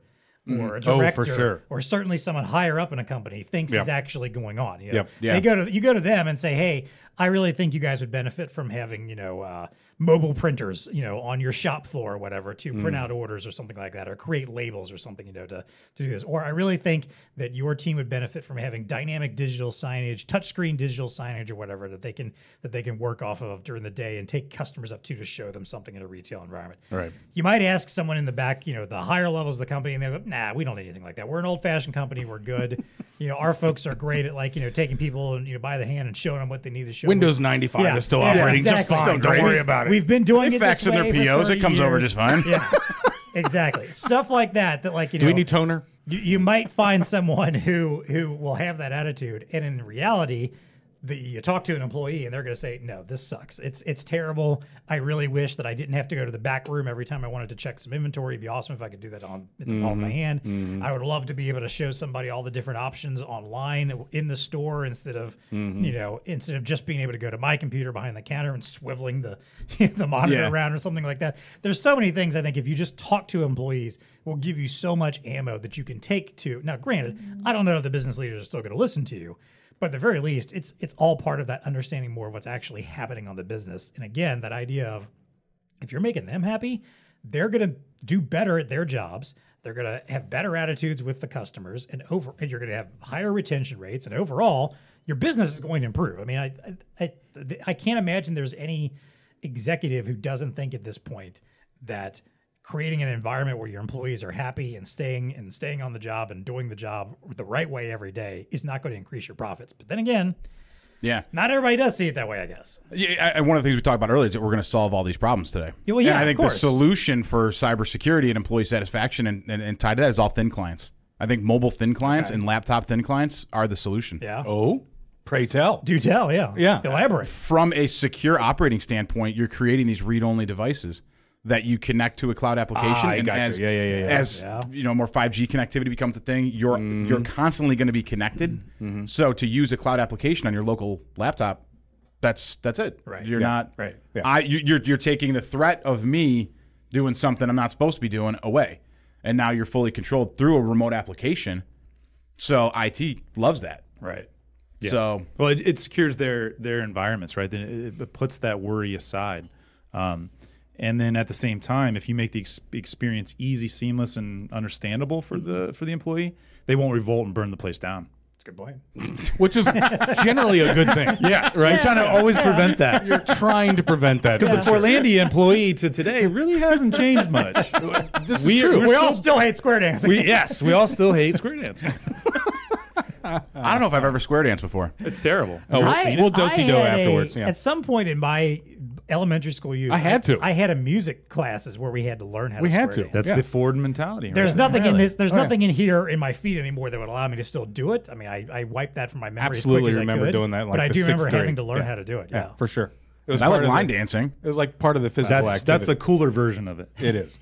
or a Oh, for director sure. or certainly someone higher up in a company thinks Yeah. is actually going on you know? Yep. Yeah. They go to you go to them and say, "Hey, I really think you guys would benefit from having you know uh, mobile printers, you know, on your shop floor or whatever to print out orders or something like that, or create labels or something, you know, to to do this. Or I really think that your team would benefit from having dynamic digital signage, touchscreen digital signage, or whatever that they can that they can work off of during the day and take customers up to to show them something in a retail environment. Right. You might ask someone in the back, you know, the higher levels of the company, and they go, "Nah, we don't need anything like that. We're an old-fashioned company. We're good. you know, our folks are great at like you know taking people and you know by the hand and showing them what they need to show. Windows ninety five Yeah. is still Yeah, operating exactly. just Still fine. Don't great. worry about it. We've been doing They it. this fax in their way for POs. It 30 comes over years. just fine. Yeah, exactly. Stuff like that. That like you Do know. we need toner? you, you might find someone who who will have that attitude and in reality the, you talk to an employee and they're going to say no this sucks it's it's terrible i really wish that i didn't have to go to the back room every time i wanted to check some inventory it'd be awesome if i could do that on in the palm of my hand i would love to be able to show somebody all the different options online in the store instead of you know instead of just being able to go to my computer behind the counter and swiveling the the monitor Yeah. around around or something like that. There's so many things I think if you just talk to employees will give you so much ammo that you can take to. Now, granted, I don't know if the business leaders are still going to listen to you, but at the very least, it's it's all part of that understanding more of what's actually happening on the business. And again, that idea of if you're making them happy, they're going to do better at their jobs. They're going to have better attitudes with the customers, and over, and you're going to have higher retention rates, and overall, your business is going to improve. I mean, I, I, I, I can't imagine there's any executive who doesn't think at this point that creating an environment where your employees are happy and staying and staying on the job and doing the job the right way every day is not going to increase your profits. But then again, Yeah. not everybody does see it that way, I guess. Yeah, and one of the things we talked about earlier is that we're going to solve all these problems today. Yeah, well, yeah, and I of think the course. solution for cybersecurity and employee satisfaction and, and, and tied to that is all thin clients. I think mobile thin clients and laptop thin clients are the solution. Yeah. Oh, pray tell. Do tell, yeah. Yeah. Elaborate. From a secure operating standpoint, you're creating these read-only devices that you connect to a cloud application. Ah, I gotcha. as, Yeah, yeah, yeah, Mm-hmm. yeah. As Yeah. you know, more 5G connectivity becomes a thing. You're you're constantly going to be connected. Mm-hmm. So to use a cloud application on your local laptop, that's that's it. Right. You're Yeah. not Right. Yeah. I you, you're you're taking the threat of me doing something I'm not supposed to be doing away, and now you're fully controlled through a remote application. So IT loves that. Right. So Well, it, it secures their their environments, right? Then it, it puts that worry aside, um, and then at the same time, if you make the ex- experience easy, seamless, and understandable for the for the employee, they won't revolt and burn the place down. That's a good point. which is generally a good thing. Yeah, right. Trying to always prevent that. You're trying to prevent that. Because the Portlandia employee to today really hasn't changed much. This is We- true. we're We all still hate square dancing. We, yes, we all still hate square dance. I don't know if I've ever square danced before. It's terrible. Oh, we'll, I- see. we'll I dosey do had a- afterwards. yeah. At some point in my elementary school year, I had to. I had a music classes where we had to learn how We to. had square to. dance. That's Yeah. the Ford mentality. Right? There's nothing in Really? this. There's Oh, yeah. nothing in here in my feet anymore that would allow me to still do it. I mean, I, I wiped that from my memory. as quick Absolutely as I remember could, doing that, like but I the do remember sixth grade. having to learn Yeah. how to do it. Yeah, Yeah. for sure. It was I like part of the- line dancing. It was like part of the physical That's that's a activity. cooler version of it. it is.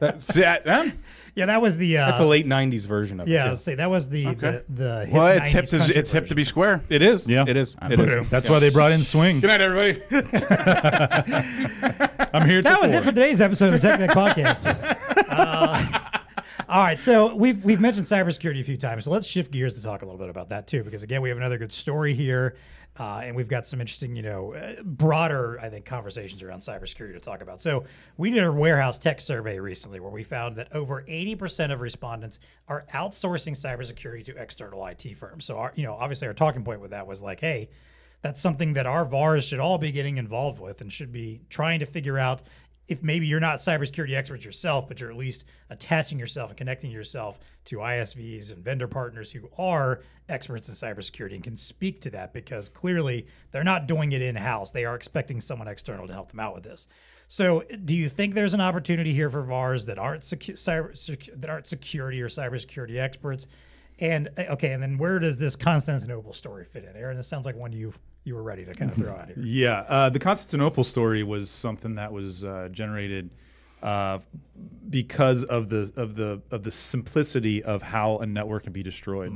That's, See, I, huh? Yeah, that was the. Uh, that's a late '90s version of it. yeah, I was say that was the the, the hip Well, it's hip 90s to country it's hip to version. be square. It is. Yeah. It is. It is. That's why they brought in swing. Good night, everybody. I'm here. That till was four. it for today's episode of the Tech Deck Podcast. Uh, all right, so we've we've mentioned cybersecurity a few times, so let's shift gears to talk a little bit about that too, because again, we have another good story here, uh, and we've got some interesting, you know, uh, broader I think conversations around cybersecurity to talk about. So we did a warehouse tech survey recently where we found that over eighty percent of respondents are outsourcing cybersecurity to external IT firms. So our, you know, obviously, our talking point with that was like, hey that's something that our VARs should all be getting involved with and should be trying to figure out if maybe you're not cybersecurity experts yourself, but you're at least attaching yourself and connecting yourself to ISVs and vendor partners who are experts in cybersecurity and can speak to that because clearly they're not doing it in house. They are expecting someone external to help them out with this. So, do you think there's an opportunity here for VARs that aren't secu- cyber, secu- that aren't security or cybersecurity experts? And uh, okay, and then where does this Constantinople story fit in, Aaron? This sounds like one you you were ready to kind of throw out here. Yeah, uh, the Constantinople story was something that was uh, generated uh, because of the of the of the simplicity of how a network can be destroyed.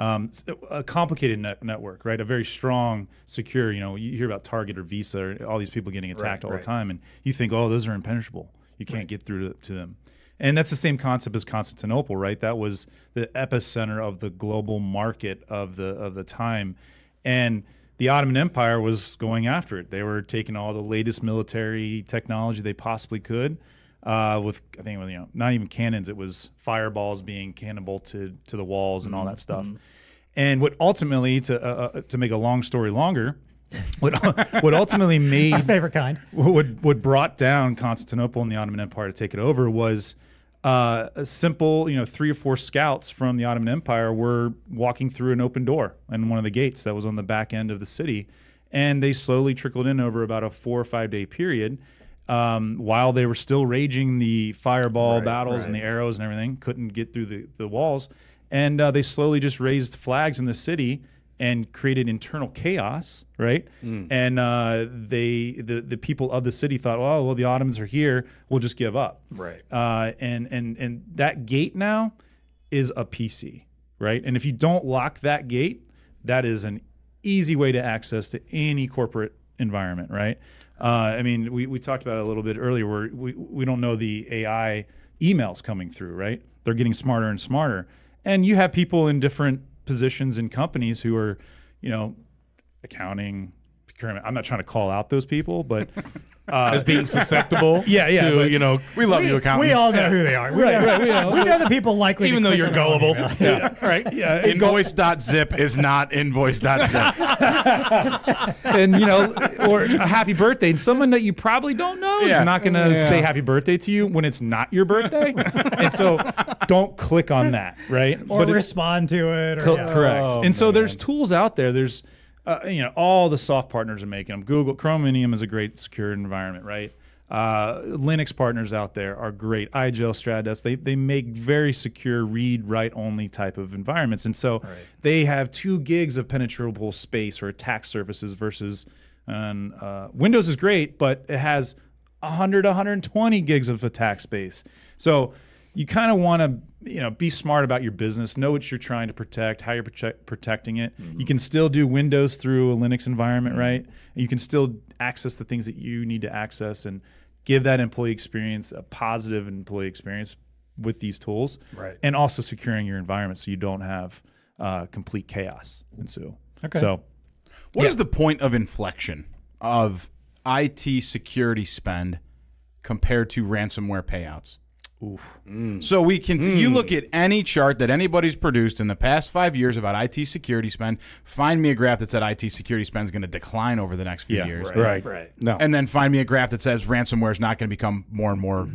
Um, s- a complicated net- network, right? A very strong, secure. You know, you hear about Target or Visa, or all these people getting attacked all the time, and you think, oh, those are impenetrable. You can't get through to, to them. And that's the same concept as Constantinople, right? That was the epicenter of the global market of the of the time, and the Ottoman Empire was going after it. They were taking all the latest military technology they possibly could. Uh, with I think you know not even cannons, it was fireballs being cannonbolted to the walls and all that stuff. And what ultimately to uh, uh, to make a long story longer, what what ultimately made Our favorite kind. what what, what brought down Constantinople and the Ottoman Empire to take it over was uh, a simple, you know, three or four scouts from the Ottoman Empire were walking through an open door in one of the gates that was on the back end of the city, and they slowly trickled in over about a four or five day period. Um, while they were still raging the fireball battles and the arrows and everything, couldn't get through the, the walls, and uh, they slowly just raised flags in the city and created internal chaos, right? And uh, they the the people of the city thought, oh well, the Ottomans are here, we'll just give up, Right. Uh, and and and that gate now is a PC, right? And if you don't lock that gate, that is an easy way to access to any corporate environment, right? Uh, I mean, we, we talked about it a little bit earlier where we, we don't know the AI emails coming through, right? They're getting smarter and smarter. And you have people in different positions in companies who are, you know, accounting, procurement. I'm not trying to call out those people, but uh, As being susceptible. Yeah, yeah, To, but- you know, We love you, accountants. We all know who they are. We Right, know, right, we know. we know the people likely. to even though click you're on their own gullible. email. yeah, right. Yeah, it go- Invoice.zip is not invoice.zip. and you know, or a happy birthday, and someone that you probably don't know Yeah. is not going to Yeah. say happy birthday to you when it's not your birthday, and so don't click on that, right? Or it- respond to it. Or, Co- yeah. Correct. Oh, and so there's tools out there. There's, uh, you know, all the soft partners are making them. Google Chromium is a great secure environment, right? Uh, Linux partners out there are great. IGEL, Stratus, they they make very secure read write only type of environments, and so they have two gigs of penetrable space or attack surfaces versus. Um, uh, Windows is great, but it has 100 120 gigs of attack space so you kind of want to you know be smart about your business know what you're trying to protect how you're protect, protecting it you can still do windows through a linux environment right and you can still access the things that you need to access and give that employee experience a positive employee experience with these tools right and also securing your environment so you don't have uh, complete chaos ensue okay so What is the point of inflection of IT security spend compared to ransomware payouts? Oof. Mm. So we can you look at any chart that anybody's produced in the past 5 years about IT security spend, find me a graph that said IT security spend is going to decline over the next few years. right Right. No. and then find me a graph that says ransomware is not going to become more and more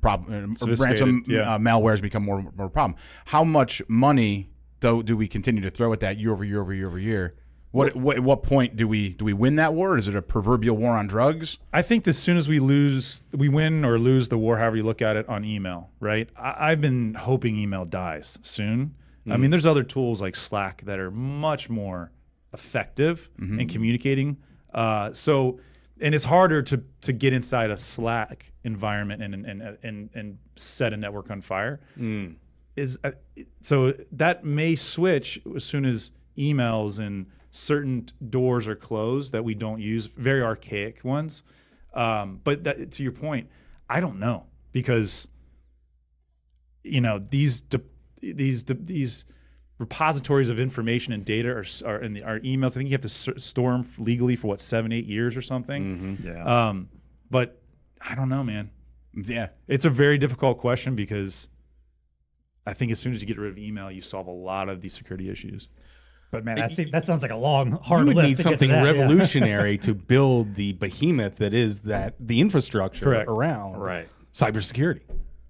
problem. Sophisticated, Ransom yeah. uh, malware has become more and more problem. How much money do, do we continue to throw at that year over year over year over year? What, what at what point do we do we win that war? Is it a proverbial war on drugs? I think as soon as we lose, we win or lose the war, however you look at it, on email, right? I, I've been hoping email dies soon. I mean, there's other tools like Slack that are much more effective in communicating. Uh, so and it's harder to to get inside a Slack environment and and and and, and set a network on fire. Is uh, so that may switch as soon as emails and certain doors are closed that we don't use, very archaic ones. Um, but that, to your point, I don't know because you know these de- these de- these repositories of information and data are, s- are in the, our emails. I think you have to s- store them legally for what seven eight years or something. Yeah. Um, but I don't know, man. Yeah. It's a very difficult question because I think as soon as you get rid of email, you solve a lot of these security issues. But man, that, seems, that sounds like a long, hard you would lift need to get to something that, yeah. revolutionary to build the behemoth that is that the infrastructure Correct. around Right. cybersecurity.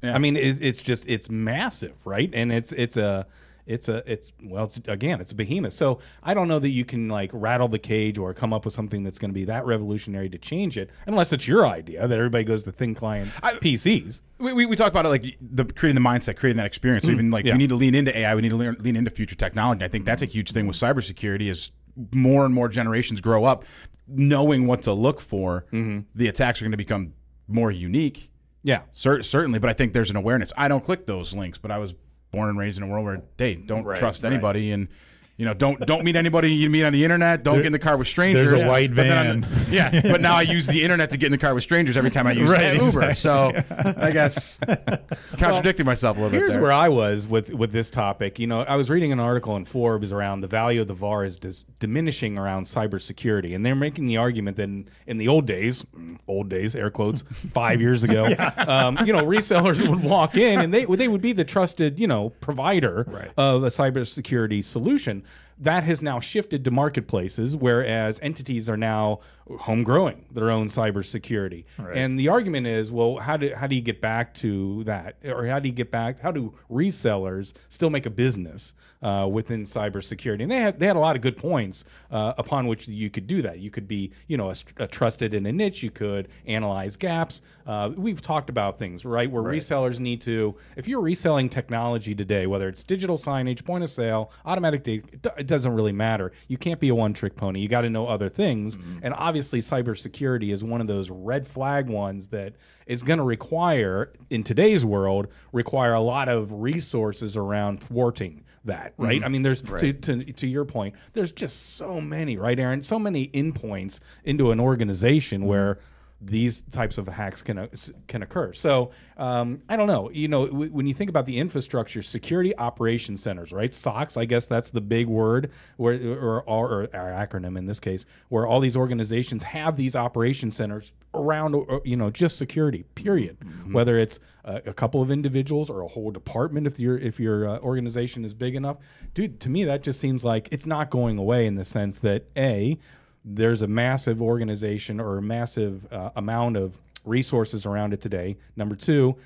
I mean, it, it's just it's massive, right? And it's it's a it's a it's well, it's again, it's a behemoth. So I don't know that you can like rattle the cage or come up with something that's going to be that revolutionary to change it, unless it's your idea that everybody goes to thin client PCs. We, we, we talk about it like the creating the mindset, creating that experience. So even like Yeah. we need to lean into AI, we need to lean, lean into future technology. I think that's a huge thing with cybersecurity is more and more generations grow up knowing what to look for. The attacks are going to become more unique, Yeah, cer- certainly. But I think there's an awareness. I don't click those links, but I was born and raised in a world where they don't Right, trust right. anybody and. You know, don't don't meet anybody you meet on the internet. Don't get in the car with strangers. there's a white But then on the- van. yeah, but now I use the internet to get in the car with strangers every time I use Right, Uber. exactly. So I guess contradicting myself a little bit. Here's there. where I was with with this topic. You know, I was reading an article in Forbes around the value of the VAR is dis- diminishing around cybersecurity, and they're making the argument that in, in the old days, mm, old days, air quotes, five years ago, um, you know, resellers would walk in and they they would be the trusted you know provider of a cybersecurity solution. That has now shifted to marketplaces, whereas entities are now home growing their own cybersecurity. And the argument is, well, how do how do you get back to that, or how do you get back? How do resellers still make a business uh, within cybersecurity? And they had they had a lot of good points uh, upon which you could do that. You could be you know a, str- a trusted in a niche. You could analyze gaps. Uh, we've talked about things right where resellers need to. If you're reselling technology today, whether it's digital signage, point of sale, automatic data, it do- it doesn't really matter. You can't be a one trick pony. You got to know other things. And obviously, cybersecurity is one of those red flag ones that is going to require, in today's world, require a lot of resources around thwarting that, Mm-hmm. right? I mean, there's To, to to your point, there's just so many, right, Aaron? So many endpoints into an organization where these types of hacks can uh, can occur. So um, I don't know. You know, w- when you think about the infrastructure, security operation centers, right? SOCs, I guess that's the big word, where or, or, or our acronym in this case, where all these organizations have these operation centers around, or, you know, just security. Period. Whether it's a, a couple of individuals or a whole department, if your if your uh, organization is big enough, dude. To me, that just seems like it's not going away in the sense that a there's a massive organization or a massive uh, amount of resources around it today. Number two,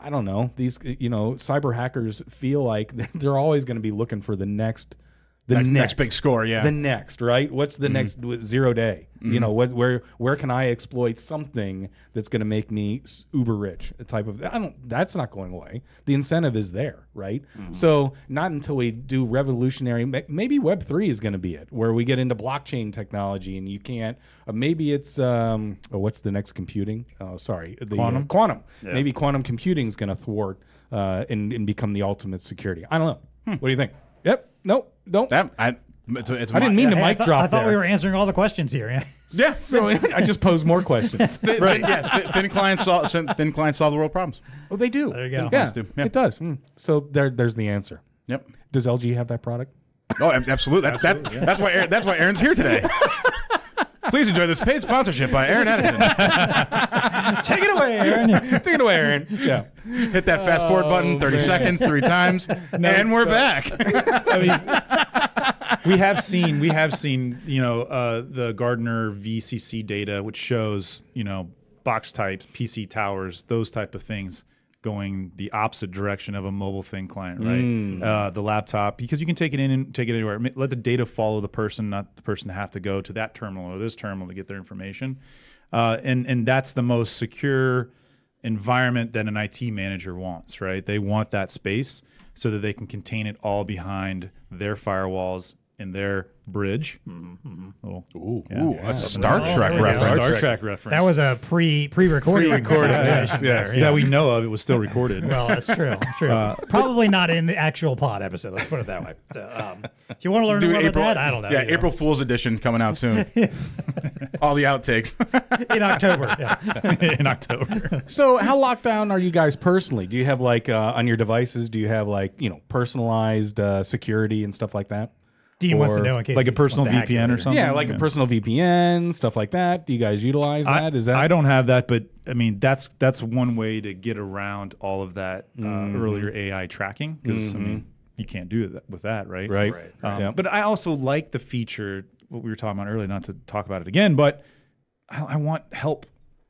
I don't know. These you know cyber hackers feel like they're always going to be looking for the next, the next, next big score, yeah. the next right. What's the next w- zero day? You know what? Where where can I exploit something that's going to make me s- uber rich? A type of I don't. That's not going away. The incentive is there, right? So not until we do revolutionary. ma- Maybe Web three is going to be it, where we get into blockchain technology and you can't. Uh, maybe it's um. Oh, what's the next computing? Oh, sorry, the, quantum. quantum. Maybe quantum computing is going to thwart uh, and and become the ultimate security. I don't know. What do you think? Yep. Nope. Don't. That- I, it's a- it's I didn't mean to Hey, I mic thought- drop I thought there. we were answering all the questions here. Yeah. Yeah. So I just pose more questions. Thin, right. yeah. Thin, thin clients solve thin clients solve the world problems. oh, they do. There you go. Yeah, do. Yeah. it does. Mm. So there, there's the answer. Yep. Does LG have that product? Oh, ab- absolutely. That, that, That's why Aaron, that's why Aaron's here today. Please enjoy this paid sponsorship by Aaron Edison. Take it away, Aaron. Take it away, Aaron. Yeah. Hit that fast forward button, thirty seconds, three times, and we're back. I mean, we have seen we have seen you know uh, the Gardner VCC data, which shows you know box types, PC towers, those type of things going the opposite direction of a mobile thing client, right? Uh, the laptop because you can take it in and take it anywhere. Ma- Let the data follow the person, not the person have to go to that terminal or this terminal to get their information. Uh, and and that's the most secure environment that an IT manager wants, right? They want that space so that they can contain it all behind their firewalls in their bridge. Oh, Ooh, yeah. ooh, a Star Oh, there Trek we go. reference. Star Trek reference. That was a pre pre recorded recorded. yes, yes. That we know of. It was still recorded. Well, that's true. That's true. Probably not in the actual pod episode. Let's put it that way. So, um, if you want to learn Do more April, about that, I don't know. Yeah, you know. April Fool's edition coming out soon. All the outtakes. in October. Yeah. in October. So, how locked down are you guys personally? Do you have like uh, on your devices? Do you have like you know personalized uh, security and stuff like that? Dean wants to Or know in case like he a wants personal to hack VPN or later. something. yeah, like a personal VPN, stuff like that. Do you guys utilize I, that? Is that I don't have that, but I mean that's that's one way to get around all of that uh, earlier AI tracking because I mean you can't do that with that, right? right? right, Um, But I also like the feature what we were talking about earlier. Not to talk about it again, but I, I want help.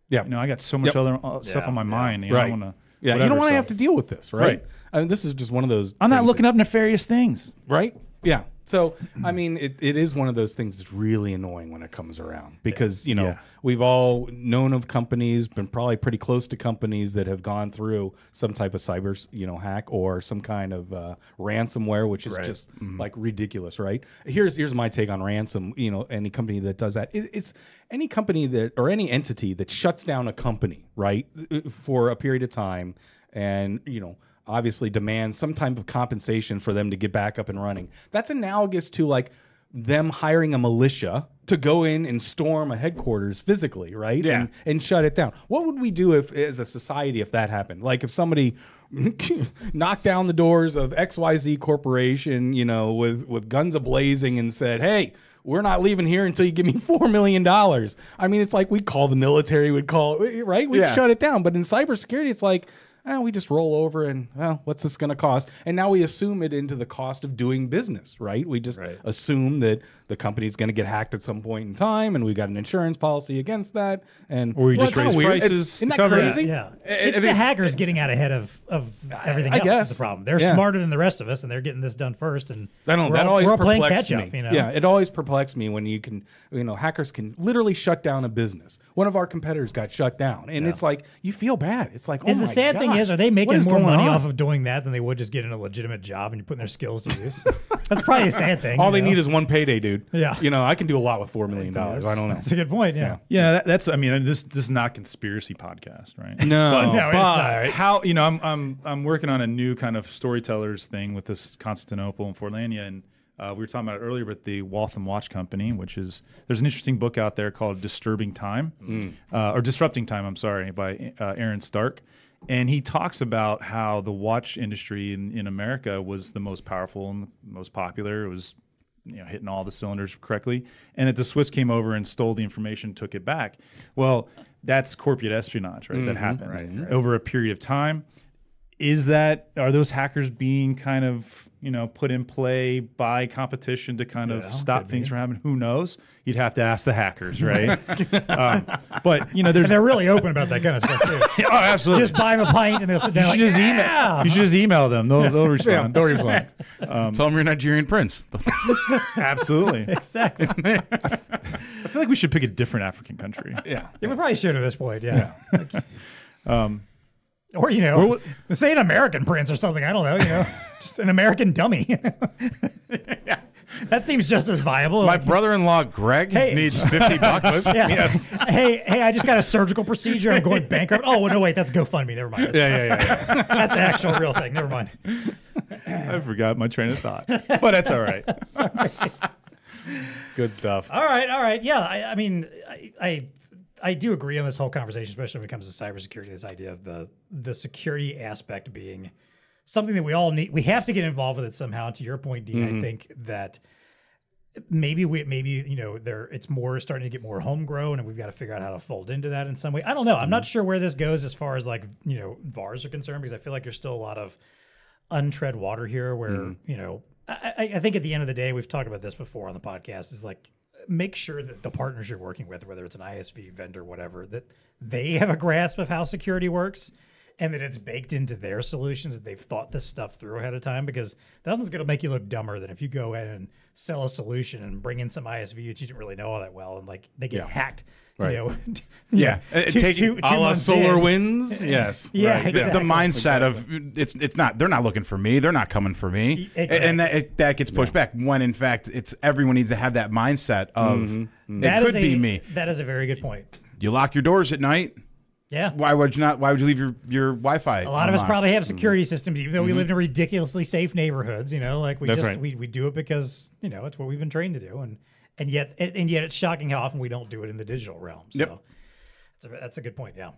Yeah. you know I got so much Yep. other uh, stuff Yeah, on my yeah. mind. You know, I right. wanna, yeah, you whatever, don't want to so- have to deal with this, right? Right. I mean, this is just one of those. I'm not things looking up nefarious things. that- right. Yeah. So, I mean, it, it is one of those things that's really annoying when it comes around because you know Yeah. we've all known of companies, been probably pretty close to companies that have gone through some type of cyber, you know, hack or some kind of uh, ransomware, which is just like ridiculous, right? Here's here's my take on ransom. You know, any company that does that, it, it's any company that or any entity that shuts down a company, right, uh, for a period of time, and you know. Obviously, demands some type of compensation for them to get back up and running. That's analogous to like them hiring a militia to go in and storm a headquarters physically, right? Yeah. And, and shut it down. What would we do if, as a society, if that happened? Like if somebody knocked down the doors of XYZ Corporation, you know, with, with guns ablazing and said, hey, we're not leaving here until you give me $4 million. I mean, it's like we'd call the military, we'd call, right? We'd Yeah. shut it down. But in cybersecurity, it's like, eh, we just roll over and, well, what's this going to cost? And now we assume it into the cost of doing business, right? We just assume that the company's going to get hacked at some point in time, and we've got an insurance policy against that. And Or you Well, just it's kinda raise weird. prices It's- Isn't to that cover it. crazy? Yeah, think it's the it's- hackers getting out ahead of of everything I else guess. is the problem. They're Yeah. smarter than the rest of us, and they're getting this done first. And I don't. we're That all- always we're all playing perplexed catch me. up. You know, Yeah, it always perplexed me when you can, you know, hackers can literally shut down a business. One of our competitors got shut down, and it's like you feel bad. It's like, oh Is the my sad thing God, is, are they what making is more going money on? off of doing that than they would just getting a legitimate job and you're putting their skills to use? That's probably a sad thing. All you they know? need is one payday, dude. Yeah. you know, I can do a lot with four million dollars. I don't know. That's a good point. Yeah. Yeah, that, that's. I mean, this this is not conspiracy podcast, right? No. but, No, it's not, but how you know? I'm I'm I'm working on a new kind of storytellers thing with this Constantinople and Forlania, and uh, we were talking about it earlier, but the Waltham Watch Company, which is there's an interesting book out there called "Disturbing Time" uh, or "Disrupting Time." I'm sorry, by uh, Aaron Stark. And he talks about how the watch industry in, in America was the most powerful and most popular. It was you know hitting all the cylinders correctly and that the swiss came over and stole the information took it back well that's corporate espionage Mm-hmm. right that happened over a period of time is that are those hackers being kind of you know put in play by competition to kind of stop things from happening who knows you'd have to ask the hackers right um, but you know there's And they're really open about that kind of stuff too. oh absolutely just buy them a pint and they'll sit down. you should like, just yeah! email you should just email them they'll, they'll respond Don't reply. Um, Tell him you're Nigerian prince. absolutely Exactly. i feel like we should pick a different african country Yeah. Yeah, we probably should at this point. Yeah. um, or you know, say an American prince or something. I don't know. You know, just an American dummy. Yeah. That seems just as viable. My Like, brother-in-law Greg Hey. needs fifty bucks. yeah. Hey, hey! I just got a surgical procedure. I'm going bankrupt. Oh no, wait, that's GoFundMe. Never mind. yeah yeah yeah That's an actual real thing. Never mind. I forgot my train of thought, but that's all right. Good stuff. All right, all right. Yeah, I, I mean, I, I I do agree on this whole conversation, especially when it comes to cybersecurity. This idea of the the security aspect being something that we all need. We have to get involved with it somehow. To your point, Dean, I think that maybe we maybe you know there it's more starting to get more homegrown and we've got to figure out how to fold into that in some way i don't know i'm not sure where this goes as far as like you know vars are concerned because i feel like there's still a lot of untread water here where Mm-hmm. you know I, I- I think at the end of the day we've talked about this before on the podcast is like make sure that the partners you're working with whether it's an isv vendor whatever that they have a grasp of how security works and that it's baked into their solutions that they've thought this stuff through ahead of time because nothing's going to make you look dumber than if you go in and sell a solution and bring in some ISV that you didn't really know all that well and like they get hacked. Right. You know, Yeah. Uh, two- take- two- two a la months solar in. winds. Yes. Yeah, Right. The- exactly. The mindset of it's it's not they're not looking for me they're not coming for me E- A- and that it, that gets pushed back when in fact it's everyone needs to have that mindset of it That is could be a- me That is a very good point. you lock your doors at night Yeah. why would you not why would you leave your your Wi-Fi A lot of us unlocked? Mm-hmm. probably have security systems, even though we live in ridiculously safe neighborhoods. You know, like we That's just right. we, we do it because you know it's what we've been trained to do, and and yet and, and yet it's shocking how often we don't do it in the digital realm. So Yep. that's a that's a good point. Yeah.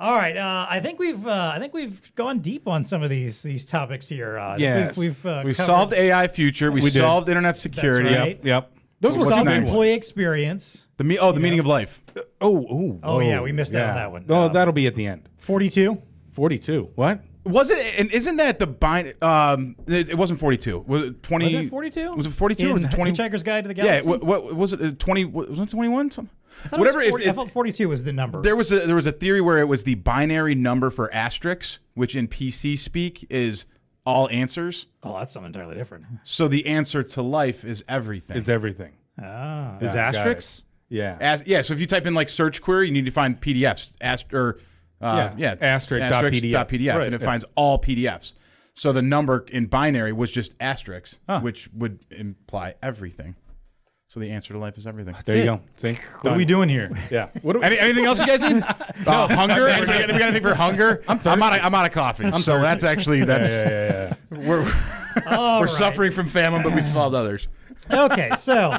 All right, uh, I think we've uh, I think we've gone deep on some of these these topics here. Uh, I think Yes. we've we've, uh, we've covered- solved AI future we, did. solved internet security right. Yep. Yep. Those were What's some solved next? big ones. employee experience. the me oh the meaning of life Oh, ooh, Oh, whoa. yeah, we missed out on that one. Oh, Um, that'll be at the end. Forty two. Forty-two. What? was it and isn't that the bind um it, it wasn't 42 was it 20 Was it 42? was it 42 or was it 20 Hitchhiker's Guide to the yeah Galaxy. what, what was it uh, 20 was it 21 something I thought it was whatever it is, 40 I it- thought forty two was the number. There was a there was a theory where it was the binary number for asterisks, which in PC speak is all answers. oh, that's something entirely different. So the answer to life is everything. Is everything? Ah. Is got asterisks? Yeah. As, yeah, so if you type in like search query, you need to find PDFs ast- or uh, yeah, Yeah, asterisk dot PDF. dot PDF, Right, and it yeah. finds all PDFs. So the number in binary was just asterisks, which would imply everything. So the answer to life is everything. there you go. See. What are we doing here? Yeah. What do we? Any, anything else you guys need? Uh, hunger? Anybody got anything for hunger? I'm, out of, I'm out of coffee. so that's actually that's All We're right. suffering from famine, but we've solved others. okay, so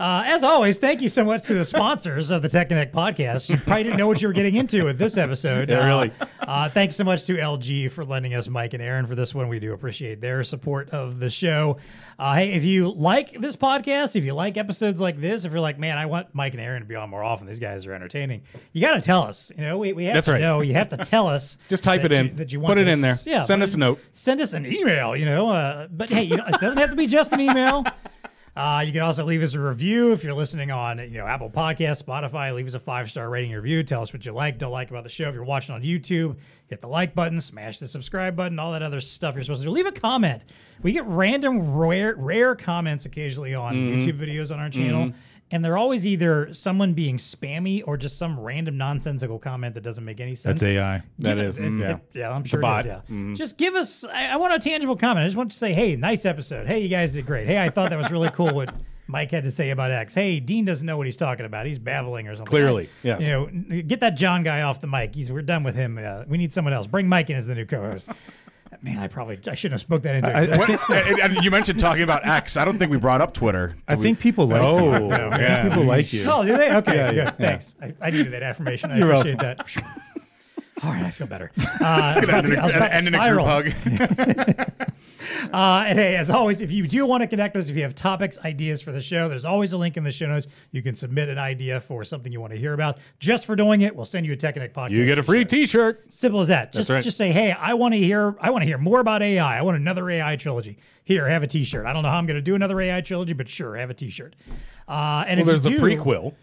uh, as always, thank you so much to the sponsors of the TechConnect podcast. You probably didn't know what you were getting into with this episode. Yeah, really. Uh, thanks so much to LG for lending us Mike and Aaron for this one. We do appreciate their support of the show. Uh, hey, if you like this podcast, if you like episodes like this, if you're like, man, I want Mike and Aaron to be on more often. These guys are entertaining. You got to tell us. You know, we, we have That's to right. know. You have to tell us. Just type that it you- in. that you Put want it in this- there. Send us a note. Send us an email. You know, uh, but hey, you know, it doesn't have to be just an email. Uh, you can also leave us a review if you're listening on you know Apple Podcasts, Spotify. Leave us a five star rating and review. Tell us what you like, don't like about the show. If you're watching on YouTube, hit the like button, smash the subscribe button, all that other stuff you're supposed to do. Leave a comment. We get random rare rare comments occasionally on YouTube videos on our channel. And they're always either someone being spammy or just some random nonsensical comment that doesn't make any sense. That's AI. That is. It- yeah. it- yeah, I'm sure it is. bot. Yeah. Just give us, I, I want a tangible comment. I just want to say, hey, nice episode. Hey, you guys did great. Hey, I thought that was really cool what Mike had to say about X. Hey, Dean doesn't know what he's talking about. He's babbling or something. Clearly, Yeah. yes. You know, n- get that John guy off the mic. He's We're done with him. Uh, we need someone else. Bring Mike in as the new co host. Man, I probably I shouldn't have spoke that into existence. What- and- and you mentioned talking about X. I don't think we brought up Twitter. I think people like. Oh, you. I think people like you. Oh, do they? Okay, good. Thanks. I, I needed that affirmation. I appreciate that. All right, I feel better. Uh, I was about to- I was about to and in a spiral. group hug. Uh, and hey, as always, if you do want to connect us, if you have topics, ideas for the show, there's always a link in the show notes. You can submit an idea for something you want to hear about. Just for doing it, we'll send you a Tech Connect podcast. You get a free t-shirt. T-shirt. Simple as that. just right. just say, hey, I want to hear I want to hear more about AI. I want another AI trilogy. Here, have a T-shirt. I don't know how I'm going to do another AI trilogy, but sure, have a T-shirt. Uh, and if Well, there's you the do, prequel.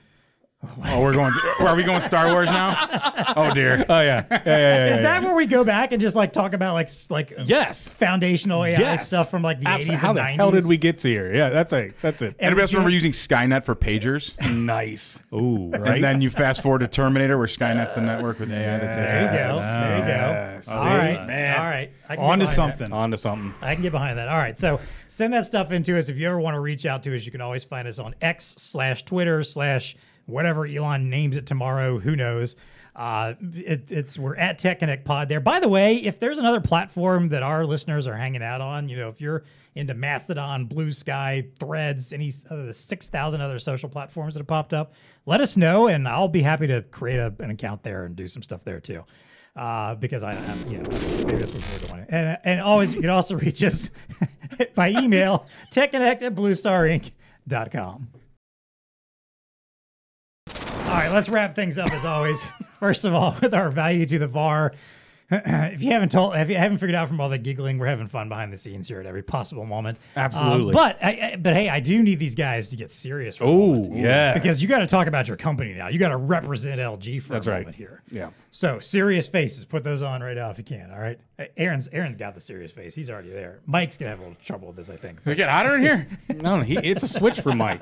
oh, we're going. Are we going Star Wars now? Oh dear. Oh yeah. Yeah, yeah, yeah, Is yeah. that where we go back and just like talk about like s- like uh, Yes. foundational AI Yes. stuff from like the Abs- 80s How and the 90s? hell did we get to here? Yeah, that's it. That's it. Anybody else remember using Skynet for pagers? Nice. Ooh, right. And then you fast forward to Terminator, where Skynet's the network with AI. that takes There you over. go. There you go. Yes. All right. All right. I can get On to behind that. something. On to something. I can get behind that. All right. So send that stuff into us. If you ever want to reach out to us, you can always find us on X slash Twitter slash whatever Elon names it tomorrow. Who knows? Uh, it, it's we're at Tech Connect Pod there. By the way, if there's another platform that our listeners are hanging out on, you know, if you're into Mastodon, Blue Sky, Threads, any of the six thousand other social platforms that have popped up, let us know, and I'll be happy to create a, an account there and do some stuff there too uh, because I, I'm, you know, maybe that's what we're doing. And, and always, you can also reach us by email, techconnect at bluestarinc.com. All right, let's wrap things up as always. First of all, with our value to the VAR. if you haven't told, if you haven't figured out from all that giggling, we're having fun behind the scenes here at every possible moment. Absolutely. Uh, but I, I, but hey, I do need these guys to get serious. For a Oh, moment. yeah. because you got to talk about your company now. You got to represent LG for That's a right. moment here. Yeah. So serious faces, put those on right now if you can. All right. Uh, Aaron's Aaron's got the serious face. He's already there. Mike's gonna have a little trouble with this, I think. It get hotter in here. no, he, it's a switch for Mike.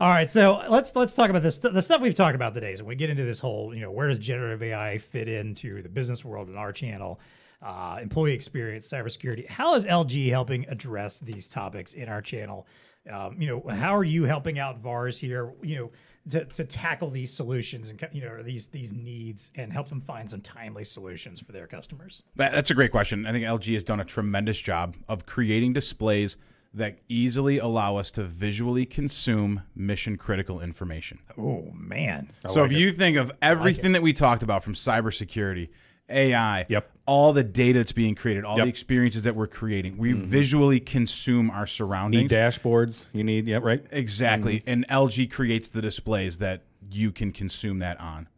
All right, so let's let's talk about this the stuff we've talked about today. So when we get into this whole, you know, where does generative AI fit into the business world and our channel, uh, employee experience, cybersecurity? How is LG helping address these topics in our channel? Um, you know, how are you helping out VARs here? You know, to, to tackle these solutions and you know these these needs and help them find some timely solutions for their customers. That, that's a great question. I think LG has done a tremendous job of creating displays that easily allow us to visually consume mission critical information. Oh man, so if you think of everything that we talked about from cybersecurity, AI, Yep. all the data that's being created, all Yep. the experiences that we're creating, we Mm-hmm. visually consume our surroundings. Need dashboards. You need yeah right. Exactly. And LG creates the displays that you can consume that on.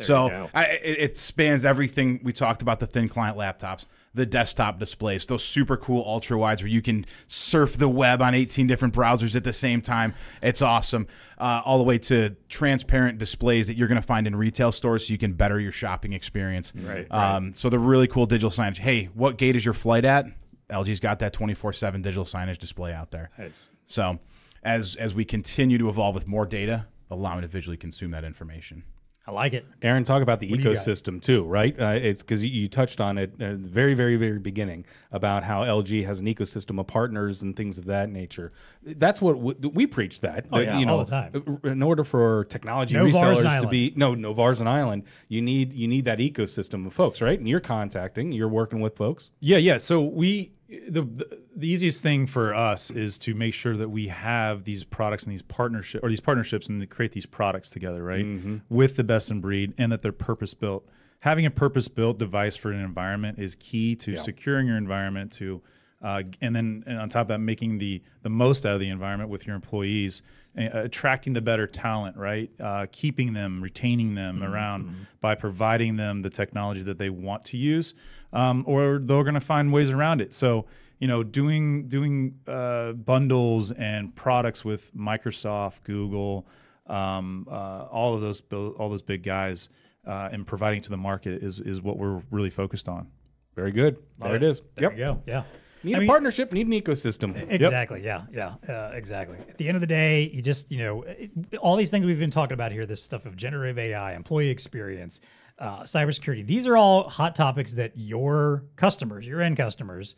so I, it, it spans everything we talked about the thin client laptops, the desktop displays, those super cool ultra wides where you can surf the web on 18 different browsers at the same time. It's awesome. Uh, all the way to transparent displays that you're going to find in retail stores so you can better your shopping experience. Right. Um, So the really cool digital signage. Hey, what gate is your flight at? LG's got that 24 7 digital signage display out there. So, as as we continue to evolve with more data, allow me to visually consume that information. I like it. Aaron, talk about the do you got? ecosystem too, right? Uh, it's because you, you touched on it at the very, very, very beginning about how LG has an ecosystem of partners and things of that nature. That's what w- we preach that. uh, Oh, yeah, you know, all the time. In order for technology No VARs an resellers to island. be no, no VARs an island. You need you need that ecosystem of folks, right? And you're contacting, you're working with folks. Yeah, yeah. So we the the- the easiest thing for us is to make sure that we have these products and these partnership or these partnerships and to create these products together, right? With the best in breed and that they're purpose built. Having a purpose built device for an environment is key to securing your environment to uh, and then and on top of that making the the most out of the environment with your employees a- attracting the better talent right uh, keeping them retaining them Mm-hmm, around by providing them the technology that they want to use um, or they're going to find ways around it so you know doing doing uh, bundles and products with microsoft google um, uh, all of those bu- all those big guys uh, and providing to the market is is what we're really focused on Very good. there it is. There you yep. go. Yeah. Need I a mean- partnership. Need an ecosystem. Exactly. Yeah. Yeah. Uh, exactly. At the end of the day, you just you know it, all these things we've been talking about here. This stuff of generative AI, employee experience, uh, cybersecurity. These are all hot topics that your customers, your end customers,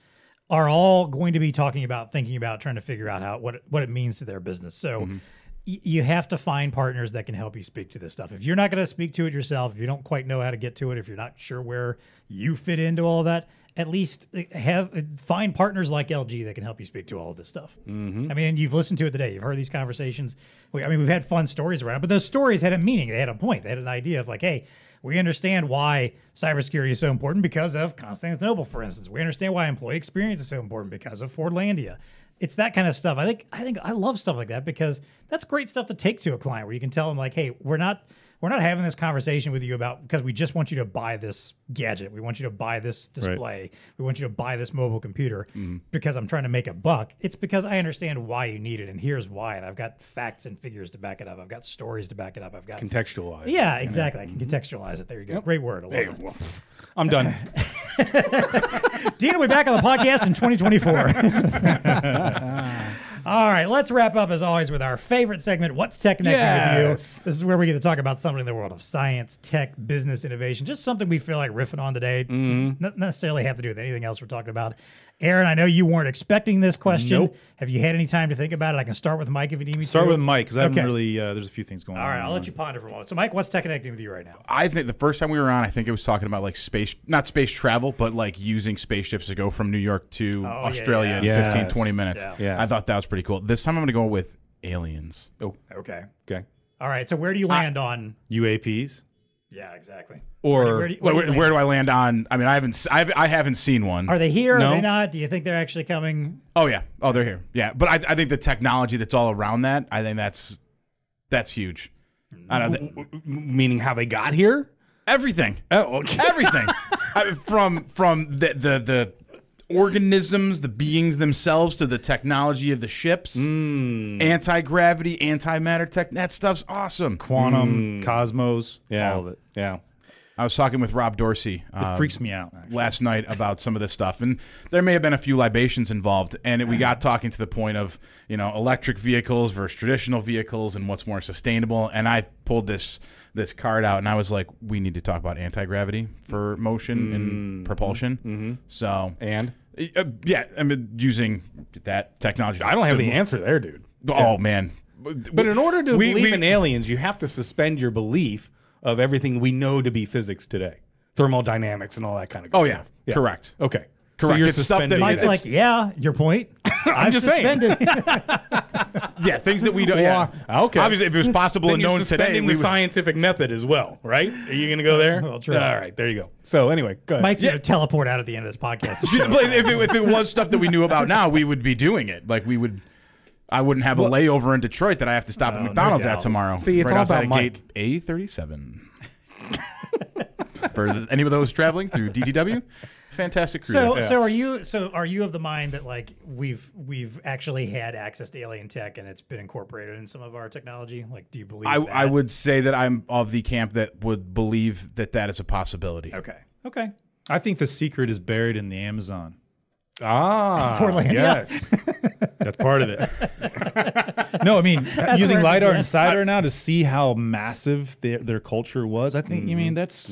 are all going to be talking about, thinking about, trying to figure out how what it- what it means to their business. So. y- You have to find partners that can help you speak to this stuff. If you're not going to speak to it yourself, if you don't quite know how to get to it, if you're not sure where you fit into all that, at least uh, have find partners like LG that can help you speak to all of this stuff. I mean, you've listened to it today. You've heard these conversations. We, I mean, we've had fun stories around, it, but those stories had a meaning. They had a point. They had an idea of like, hey, we understand why cybersecurity is so important because of Constantinople, for instance. We understand why employee experience is so important because of Fordlandia. It's that kind of stuff. I think I think I love stuff like that because that's great stuff to take to a client where you can tell them like, hey, we're not we're not having this conversation with you about because we just want you to buy this gadget. We want you to buy this display. We want you to buy this mobile computer because I'm trying to make a buck. It's because I understand why you need it and here's why. And I've got facts and figures to back it up. I've got stories to back it up. I've got Contextualize. yeah, exactly. I can contextualize it. There you go. Great word. I love it. I'm done. Dean will be back on the podcast in 2024. All right, let's wrap up as always with our favorite segment, What's Tech Connecting Yes. with You? This is where we get to talk about something in the world of science, tech, business, innovation, just something we feel like riffing on today. Mm-hmm. Not necessarily have to do with anything else we're talking about. Aaron, I know you weren't expecting this question. Nope. Have you had any time to think about it? I can start with Mike if you need me start to. with mike because i haven't Okay. really uh, there's a few things going All on right, I'll you. let you ponder for a moment. So, Mike, what's Tech Connecting with you right now? I think the first time we were on, I think it was talking about like space, not space travel, but like using spaceships to go from New York to Australia Oh, yeah. in Yes. 15, 20 minutes. Yeah. Yes. I thought that was pretty cool. This time I'm going to go with aliens. oh, Okay. okay. All right, so where do you land on? uaps Yeah, exactly. Or Where do you- Where, where do you where, land? do I land on? I mean, I haven't, s- I've, I haven't seen one. Are they here? No. Are they not? Do you think they're actually coming? oh yeah, oh they're here. Yeah, but I, I think the technology that's all around that, I think that's that's huge. I don't. meaning how they got here. Everything. Oh, okay. Everything. I, from from the, the the organisms, the beings themselves, to the technology of the ships, Hmm. anti gravity, antimatter tech. That stuff's awesome. Quantum, Cosmos, Yeah. all of it. Yeah. I was talking with Rob Dorsey It um, freaks me out. last night about some of this stuff, and there may have been a few libations involved, and it, we got talking to the point of you know electric vehicles versus traditional vehicles and what's more sustainable. And I pulled this this card out, and I was like, we need to talk about anti gravity for motion and propulsion. Mm-hmm. So And Uh, yeah, I mean using that technology. I don't have to- the answer there, dude. Oh man. But in order to We- believe we- in aliens, you have to suspend your belief of everything we know to be physics today, thermodynamics and all that kind of. Good Oh, yeah. stuff. Correct. Okay. So Correct. you're It's stuff that suspending might- it. Mike's like, yeah, your point. I'm just saying. yeah, things that we don't. Yeah. Well, okay. Obviously, if it was possible Then and you're known today, suspending we the would, scientific method as well, right? Are you going to go there? Well, true. All right, there you go. So anyway, go ahead. Mike's gonna teleport out at the end of this podcast. to Yeah, show but if, it, if it was stuff that we knew about now, we would be doing it. Like we would, I wouldn't have a layover in Detroit that I have to stop at McDonald's at doubt. tomorrow. See, it's all outside about of gate A thirty seven. For any of those traveling through DTW, fantastic. Cruiser. So, so are you? So, are you of the mind that like we've we've actually had access to alien tech and it's been incorporated in some of our technology? Like, do you believe? I, that? I would say that I'm of the camp that would believe that that is a possibility. Okay. Okay. I think the secret is buried in the Amazon. ah, Portland, yeah. yes. That's part of it. no, I mean using where it's lidar going. and lidar now to see how massive their, their culture was. I think you mean that's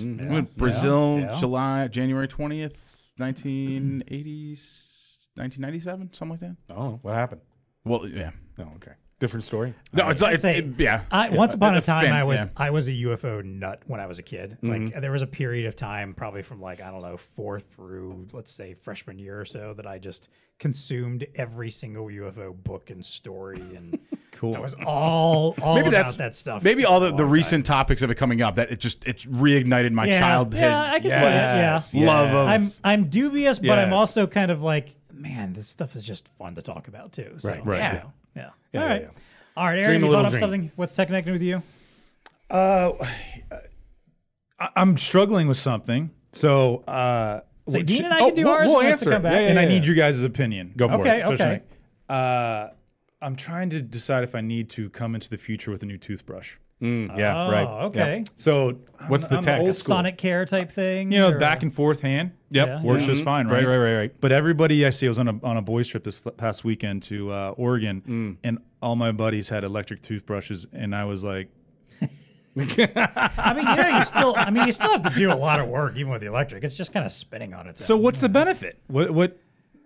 Brazil, yeah. July, January twentieth, nineteen eighties, nineteen ninety seven, something like that. Oh, what happened? Well, yeah. Oh, okay. Different story. No, it's like, Say, it- it- yeah. I, once upon a That's time, fan- I was yeah. I was a UFO nut when I was a kid. Like there was a period of time, probably from like I don't know four through let's say freshman year or so, that I just consumed every single UFO book and story and cool. I was all all about that stuff. Maybe all the, for a the long time. recent topics that have been coming up that it just it's reignited my Yeah. childhood. Yeah, I can see that. Yeah. Yes, Love yes. of I'm I'm dubious, but I'm Yes. also kind of like, man, this stuff is just fun to talk about too. So, Right, right, Yeah. yeah. Yeah. Yeah, All yeah, right. yeah. All right, Aaron, Dream a you little thought up dream. something. What's tech connecting with you? I- I'm struggling with something. So, uh, So which- Dean and I can do ours, oh, we'll and Chris will answer come it. back. Yeah, yeah, and I need your guys' opinion. Go for okay, it. Okay, Especially Uh, I'm trying to decide if I need to come into the future with a new toothbrush. Mm, yeah, Oh, right. okay. So, I'm- What's the I'm tech? old It's cool. Sonic care type thing. you know, or- back and forth hand. Yep, Yeah, works yeah. Mm-hmm. just fine, Right, right? right, right, right. But everybody I see I was on a on a boys trip this l- past weekend to uh, Oregon, Mm. and all my buddies had electric toothbrushes, and I was like, I mean, you know, you still. I mean, you still have to do a lot of work even with the electric. It's just kind of spinning on its "So own. what's the benefit? What what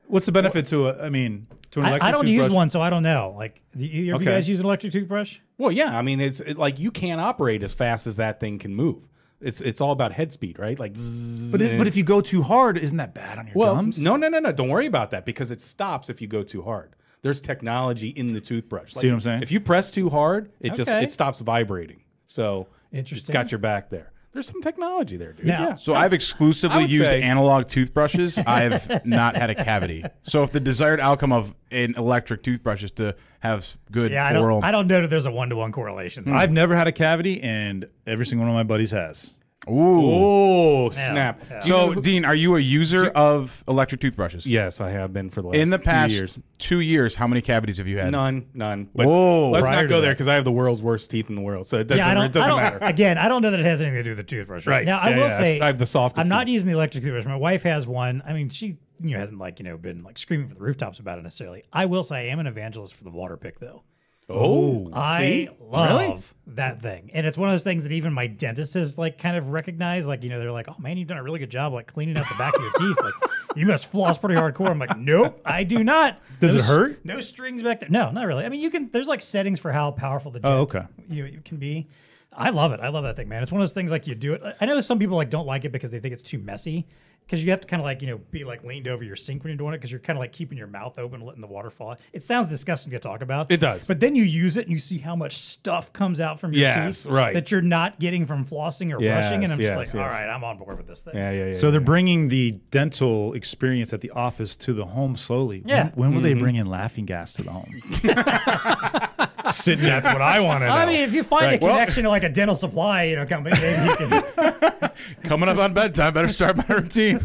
what's the benefit to a? I mean, to an I, electric I don't use toothbrush? one, so I don't know. Like, do you, have Okay. you guys use an electric toothbrush? Well, yeah. I mean, it's it, like you can't operate as fast as that thing can move. It's it's all about head speed, right? Like, zzz, But, it, and but it's- if you go too hard, isn't that bad on your well, gums? no, no, no, no. Don't worry about that because it stops if you go too hard. There's technology in the toothbrush. See what I'm saying? If you press too hard, it just Okay. it stops vibrating. So Interesting. It's got your back there. There's some technology there, dude. Now- yeah. So I've I exclusively would used say- analog toothbrushes. I've not had a cavity. So if the desired outcome of an electric toothbrush is to have good Yeah, I oral, don't. I don't know that there's a one to one correlation. there. I've never had a cavity, and every single one of my buddies has. ooh. Oh snap! Yeah. Do you know So who- Dean, are you a user of electric toothbrushes? yes, I have been for the last In the few past years. two years, how many cavities have you had? None, none. But Whoa. let's Prior not to go there that. because I have the world's worst teeth in the world, so it doesn't, I don't, it doesn't I don't- matter. Again, I don't know that it has anything to do with the toothbrush. Right, Right. now, I Yeah, will yeah, I've- say I have the softest I'm not teeth. using the electric toothbrush. My wife has one. I mean, she you know hasn't like you know been like screaming from the rooftops about it necessarily. I will say I am an evangelist for the water pick though. Oh, I love that thing, and it's one of those things that even my dentist has like kind of recognized. Like you know, they're like, "Oh man, you've done a really good job like cleaning out the back of your teeth. Like you must floss pretty hardcore." I'm like, "Nope, I do not." Does No it s- hurt? No strings back there. No, not really. I mean, you can. There's like settings for how powerful the. Jet, Oh, okay. You know, it can be. I love it. I love that thing, man. It's one of those things like you do it. I know some people like don't like it because they think it's too messy. Because you have to kind of like you know be like leaned over your sink when you're doing it because you're kind of like keeping your mouth open, letting the water fall. out. It sounds disgusting to talk about. It does. But then you use it and you see how much stuff comes out from your Yes, teeth right. that you're not getting from flossing or Yes, brushing. And I'm yes, just like, yes. all right, I'm on board with this thing. Yeah, yeah, yeah. So they're bringing the dental experience at the office to the home slowly. When- Mm-hmm. Yeah. When, will they bring in laughing gas to the home? sitting. That's what I want to know. I mean, if you find Right, a well- connection to like a dental supply, you know, company, maybe you can. Coming up on bedtime, better start my routine. I'll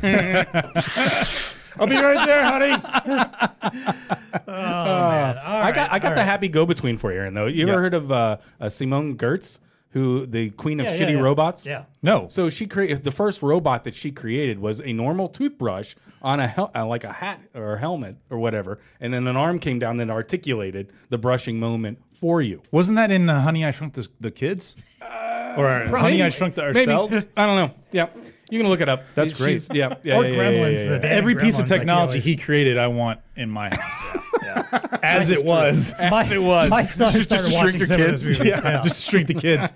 be right there, honey. Uh, I got I got the happy go between for Aaron though. You ever heard of uh, uh, Simone Gertz, who the queen of Yeah, yeah, shitty yeah. robots? Yeah. No. So she created the first robot that she created was a normal toothbrush on a hel- uh, like a hat or a helmet or whatever, and then an arm came down that articulated the brushing moment for you. Wasn't that in uh, Honey I Shrunk the, the Kids? Uh, or uh, Honey I Shrunk the Maybe. Ourselves? I don't know. Yeah, you can look it up. That's great. She's- Yeah, yeah, Or yeah, yeah, yeah, yeah, Gremlins, yeah, the yeah. day- Every piece of Gremlins, like technology Yoda's. he created, I want in my house. As it was. As it was. My son Just- started just watching shrink your some of kids. those movies, Yeah, yeah. Just shrink the kids.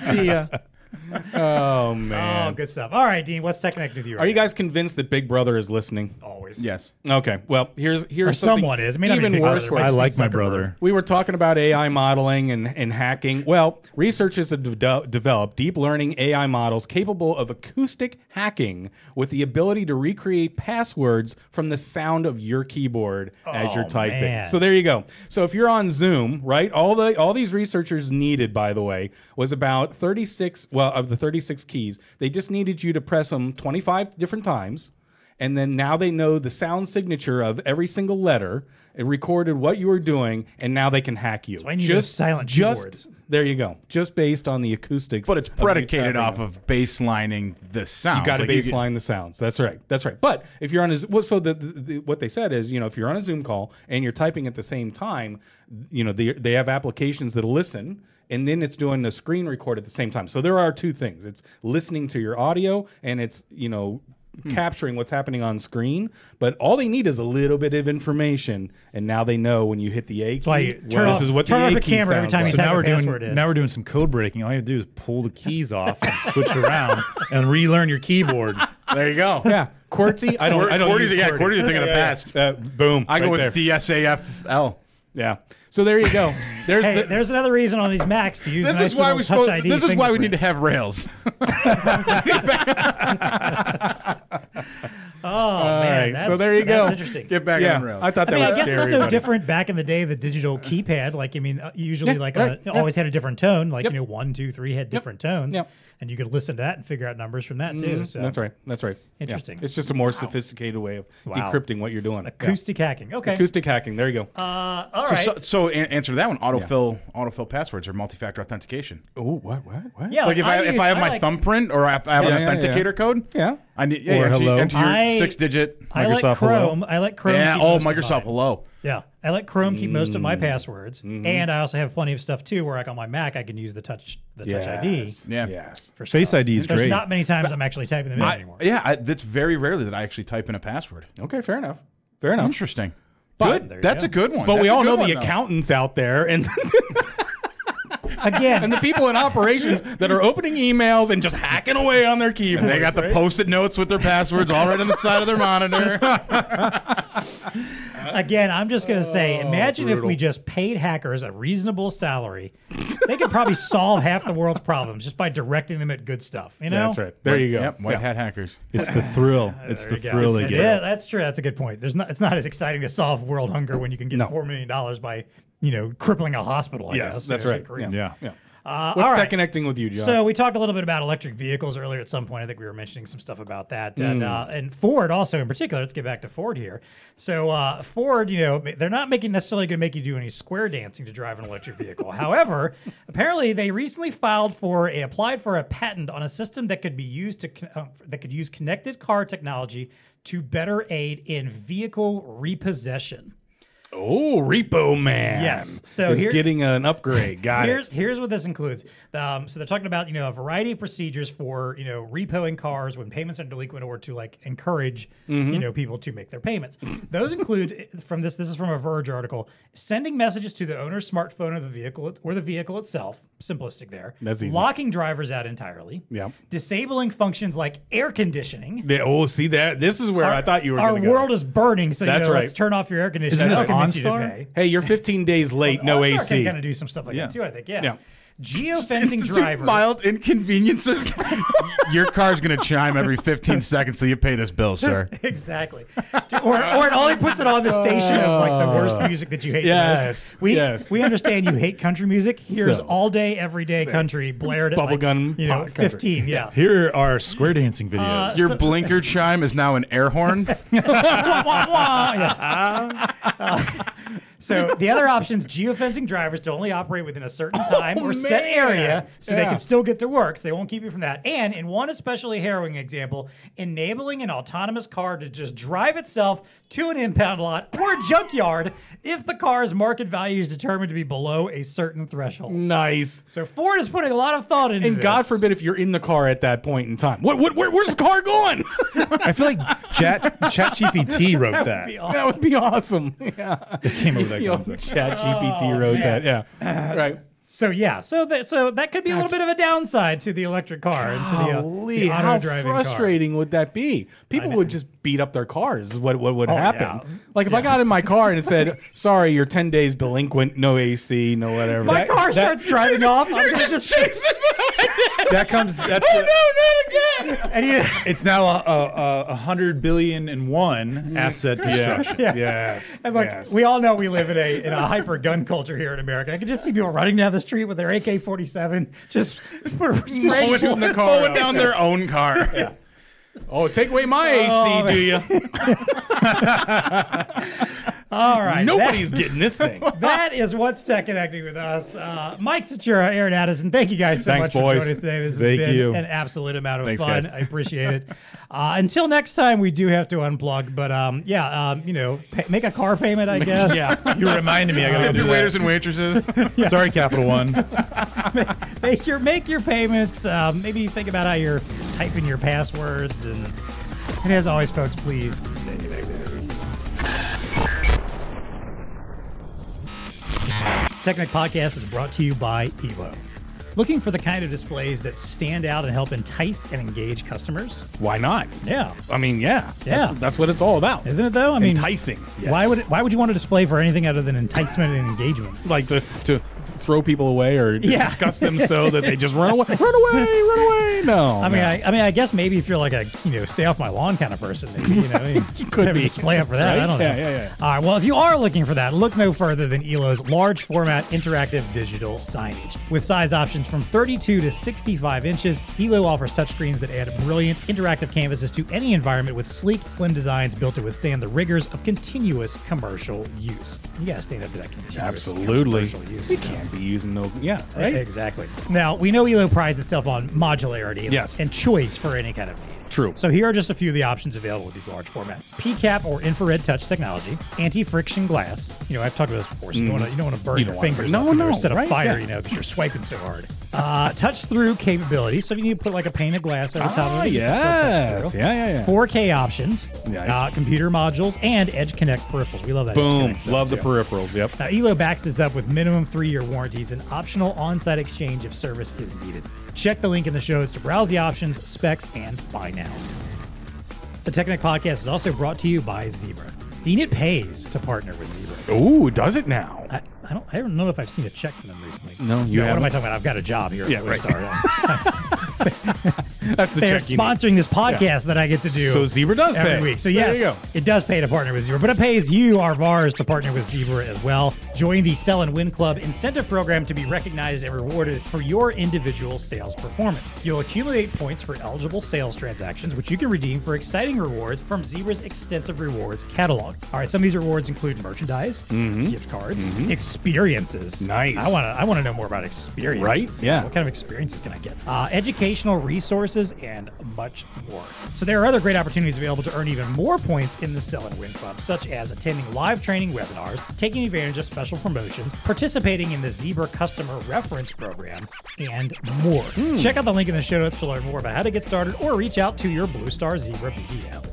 See ya. Oh Oh, man. good stuff. All right, Dean, what's tech connected with you? Are you guys convinced that Big Brother is listening? always? yes. Okay. Well, here's here's Or something somewhat is. It may not be even Big worse Brother, for but I like It's my Zuckerberg. brother. We were talking about AI modeling and, and hacking. Well, researchers have de- developed deep learning AI models capable of acoustic hacking with the ability to recreate passwords from the sound of your keyboard as you're typing. man. So there you go. So if you're on Zoom, right? All the all these researchers needed, by the way, was about 36. Well, of the 36 keys, they just needed you to press them 25 different times. And then now they know the sound signature of every single letter. It recorded what you were doing, and now they can hack you. why you need those silent keyboards. just there you go. Just based on the acoustics, But it's of you predicated tapping off them. of baselining the sound. You got to baseline the sounds. That's right. That's right. But if you're on a z- well, so the, the, the what they said is, you know, if you're on a Zoom call and you're typing at the same time, you know, they they have applications that listen and then it's doing the screen record at the same time. So there are two things. It's listening to your audio and it's, you know, Hmm. capturing what's happening on screen, but all they need is a little bit of information and now they know when you hit the A key. why you turn this off- is what turn the off A the key camera every sounds time you like. So type now the we're doing password in. now we're doing some code breaking. All you have to do is pull the keys off and switch around and relearn your keyboard. There you go. Yeah, QWERTY. I don't. I don't QWERTY's use yeah, QWERTY's a thing of the Yeah, yeah. past. Uh, boom. I go right with there. DSAFL. Yeah. So there you go. There's Hey, the, there's another reason on these Macs to use. This nice is why little we touch supposed, ID This is why we need fingerprint. to have rails. Oh man, right, that's, so there you that's go. Interesting. Get back on yeah. rails. I thought I that mean, I was guess scary. it's no but- different back in the day. The digital keypad, like I mean, uh, usually Yeah, like right, a, yeah. always had a different tone. Like Yep. you know, one, two, three had different tones, Yep. and you could listen to that and figure out numbers from that Mm-hmm. too. So Mm-hmm. That's right. That's right. Yeah. Interesting. It's just a more sophisticated way of decrypting what you're doing. Yeah. acoustic hacking. Okay, Acoustic hacking. There you go. uh, all So, right. so, so an- answer that one: autofill, autofill passwords or multi-factor authentication. oh, what? What? What? yeah, Like if I, if use- I have my like- thumbprint or I have, I have Yeah, an yeah, yeah. authenticator code, Yeah. I need yeah, Or enter, hello. enter your I- six-digit. I like Microsoft Hello. Chrome. I let Chrome. yeah. keep Oh, most of Microsoft Mm. mine. Hello. Yeah, I let Chrome keep most of my passwords, Mm-hmm. and I also have plenty of stuff too. Where like on my Mac, I can use the touch the touch ID. Yes. Yeah. Yes. For Face stuff. ID is There's great. not many times I'm actually typing them in I, anymore. yeah, I, that's very rarely that I actually type in a password. Okay. Fair enough. Fair enough. Interesting. But- There you good. That's go. a good one. But we That's a all good know one, the though. accountants out there and Again, and the people in operations that are opening emails and just hacking away on their keyboard. They got the post-it notes with their passwords all right on the side of their monitor. Again, I'm just going to say Oh, imagine if we just paid hackers a reasonable salary. they could probably solve half the world's problems just by directing them at good stuff, you know? That's right. There you go. Yep, white Yeah. hat hackers. It's the thrill. It's the thrill Yeah, again. that's true. That's a good point. There's not it's not as exciting to solve world hunger when you can get 4 million dollars by, you know, crippling a hospital, I Yes, guess. that's You know, right. good grief. Yeah. Yeah. Uh, What's all that right. connecting with you, John? So we talked a little bit about electric vehicles earlier. At some point, I think we were mentioning some stuff about that, and, uh, and Ford also in particular. Let's get back to Ford here. So uh, Ford, you know, they're not making necessarily going to make you do any square dancing to drive an electric vehicle. However, apparently they recently filed for a applied for a patent on a system that could be used to con- uh, that could use connected car technology to better aid in vehicle repossession. oh, Repo Man. Yes. So is here- getting an upgrade. Got it. here's here's what this includes. Um, so they're talking about you know a variety of procedures for you know repoing cars when payments are delinquent or to like encourage Mm-hmm. you know people to make their payments. Those include from this. This is from a Verge article: sending messages to the owner's smartphone of the vehicle or the vehicle itself. Simplistic there. That's easy. Locking drivers out entirely. Yeah. Disabling functions like air conditioning. They, oh, see that. This is where I thought you were. Our gonna world go. is burning, so That's you know, right. let's turn off your air conditioning. this I'll convince you to OnStar? pay. Hey, you're 15 days late. no Well, Ozark AC. Can kind of do some stuff like Yeah. that too. I think. Yeah. Yeah. geofencing Institute drivers. mild inconveniences. Your car's gonna chime every 15 seconds, so you pay this bill, sir. Exactly. or, or it only puts it on the station of like the worst music that you hate. the most. Yes, We, yes. we understand you hate country music. Here's So- all day, every day country blared at like, Bubblegum you know, pop country. 15. Yeah. Here are square dancing Uh, videos. Your blinker chime is now an air horn. Wah, wah, wah. Yeah. Uh, so the other option is geofencing drivers to only operate within a certain time or set man. area so they Yeah. can still get to work so they won't keep you from that. And in one especially harrowing example, enabling an autonomous car to just drive itself to an impound lot or a junkyard if the car's market value is determined to be below a certain threshold. Nice. So Ford is putting a lot of thought into Mm. And this. God forbid if you're in the car at that point in time. What? What? Where, where's the car going? I feel like Chat ChatGPT wrote that. Be that would be awesome. Yeah. Came up with that You know, concept. Oh, ChatGPT wrote that. Yeah. Right. So yeah, so that so that could be a little bit of a downside to the electric car and to the, uh, Golly, the how auto driving car. frustrating would that be? People would just beat up their cars. Is what what would happen? Oh, yeah. Like if I got in my car and it said, "Sorry, you're ten days delinquent, no AC, no whatever." My That- car that- starts driving off. I'm You're gonna just just- chasing That comes. That's the- Oh no, not again! and you- It's now a, a, a hundred billion and one asset destruction. Yeah. Yes. and like yes. we all know, we live in a in a hyper gun culture here in America. I can just see people running down the street with their AK-47, just spraying Pulling, the the car pulling out. down their own car. oh, take away my Oh, AC, do you? All right, Nobody's getting this thing. that is what's tech connecting with us. Uh, Mike Satura, Aaron Addison, thank you guys so Thanks, much for boys. joining us today. This Thank has been you. an absolute amount of Thanks, fun. guys. I appreciate it. Uh, until next time, we do have to unplug, but um, yeah, um, you know, pay, make a car payment, I guess. yeah. You reminded me. I gotta Tip go your do waiters that. and waitresses. Sorry, Capital One. make your make your payments. Um, maybe think about how you're typing your passwords, and and as always, folks, please stay connected. Technic Podcast is brought to you by Evo. Looking for the kind of displays that stand out and help entice and engage customers? Why not? Yeah, I mean, yeah, Yeah. That's, that's what it's all about. isn't it though? I mean, Enticing. Why yes. would it, why would you want a display for anything other than enticement and engagement? like to to throw people away or Yeah. disgust them so that they just run away, run away, run away? No, I mean, no. I, I mean, I guess maybe if you're like a you know stay off my lawn kind of person, maybe, you know, you Could have a be. display up for that. Right? I don't Yeah, know. yeah, yeah. All right. Well, if you are looking for that, look no further than Elo's large format interactive digital signage with size options from 32 to 65 inches. Elo offers touchscreens that add brilliant interactive canvases to any environment with sleek, slim designs built to withstand the rigors of continuous commercial use. You gotta stand up to that continuous absolutely. commercial use. You can't be using no. Yeah, right. Exactly. Now, we know ELO prides itself on modularity and, Yes. and choice for any kind of need. True. So here are just a few of the options available with these large formats. PCAP or infrared touch technology, anti-friction glass. You know, I've talked about this before, so you don't want to you don't want to burn Mm. don't your wanna fingers burn- up no, when you're no, set right? fire, Yeah. you know, because you're swiping so hard. Uh, touch-through capability. So if you need to put like a pane of glass over top Ah, of it, you can still touch yes. through. Yeah, yeah, yeah. 4K options, Nice. uh, computer modules, and Edge Connect peripherals. We love that. Edge Boom. Connect stuff, Love the too. peripherals. Yep. Now, Elo backs this up with minimum three year warranties and optional on site exchange if service is needed. Check the link in the show notes to browse the options, specs, and buy now. The TechNet Podcast is also brought to you by Zebra. Dean, it pays to partner with Zebra. Ooh, does it now? I, I don't I don't know if I've seen a check from them recently. No, you Yeah, haven't? what am I talking about? I've got a job here. at Yeah, Blue right. Star. That's the They're check. you need. sponsoring this podcast that I get to do. So Zebra does every pay. week. So There yes, you go. it does pay to partner with Zebra, but it pays you, our VARs, to partner with Zebra as well. Join the Sell and Win Club incentive program to be recognized and rewarded for your individual sales performance. You'll accumulate points for eligible sales transactions, which you can redeem for exciting rewards from Zebra's extensive rewards catalog. All right, some of these rewards include merchandise, gift cards, experiences. Mm-hmm. Nice. I want to. I want to know more about experiences. Right? See, Yeah. What kind of experiences can I get? Uh, educational resources and much more. So there are other great opportunities available to earn even more points in the Sell and Win Club, such as attending live training webinars, taking advantage of special promotions, participating in the Zebra Customer Reference Program, and Hmm. more. Check out the link in the show notes to learn more about how to get started or reach out to your Blue Star Zebra BDL.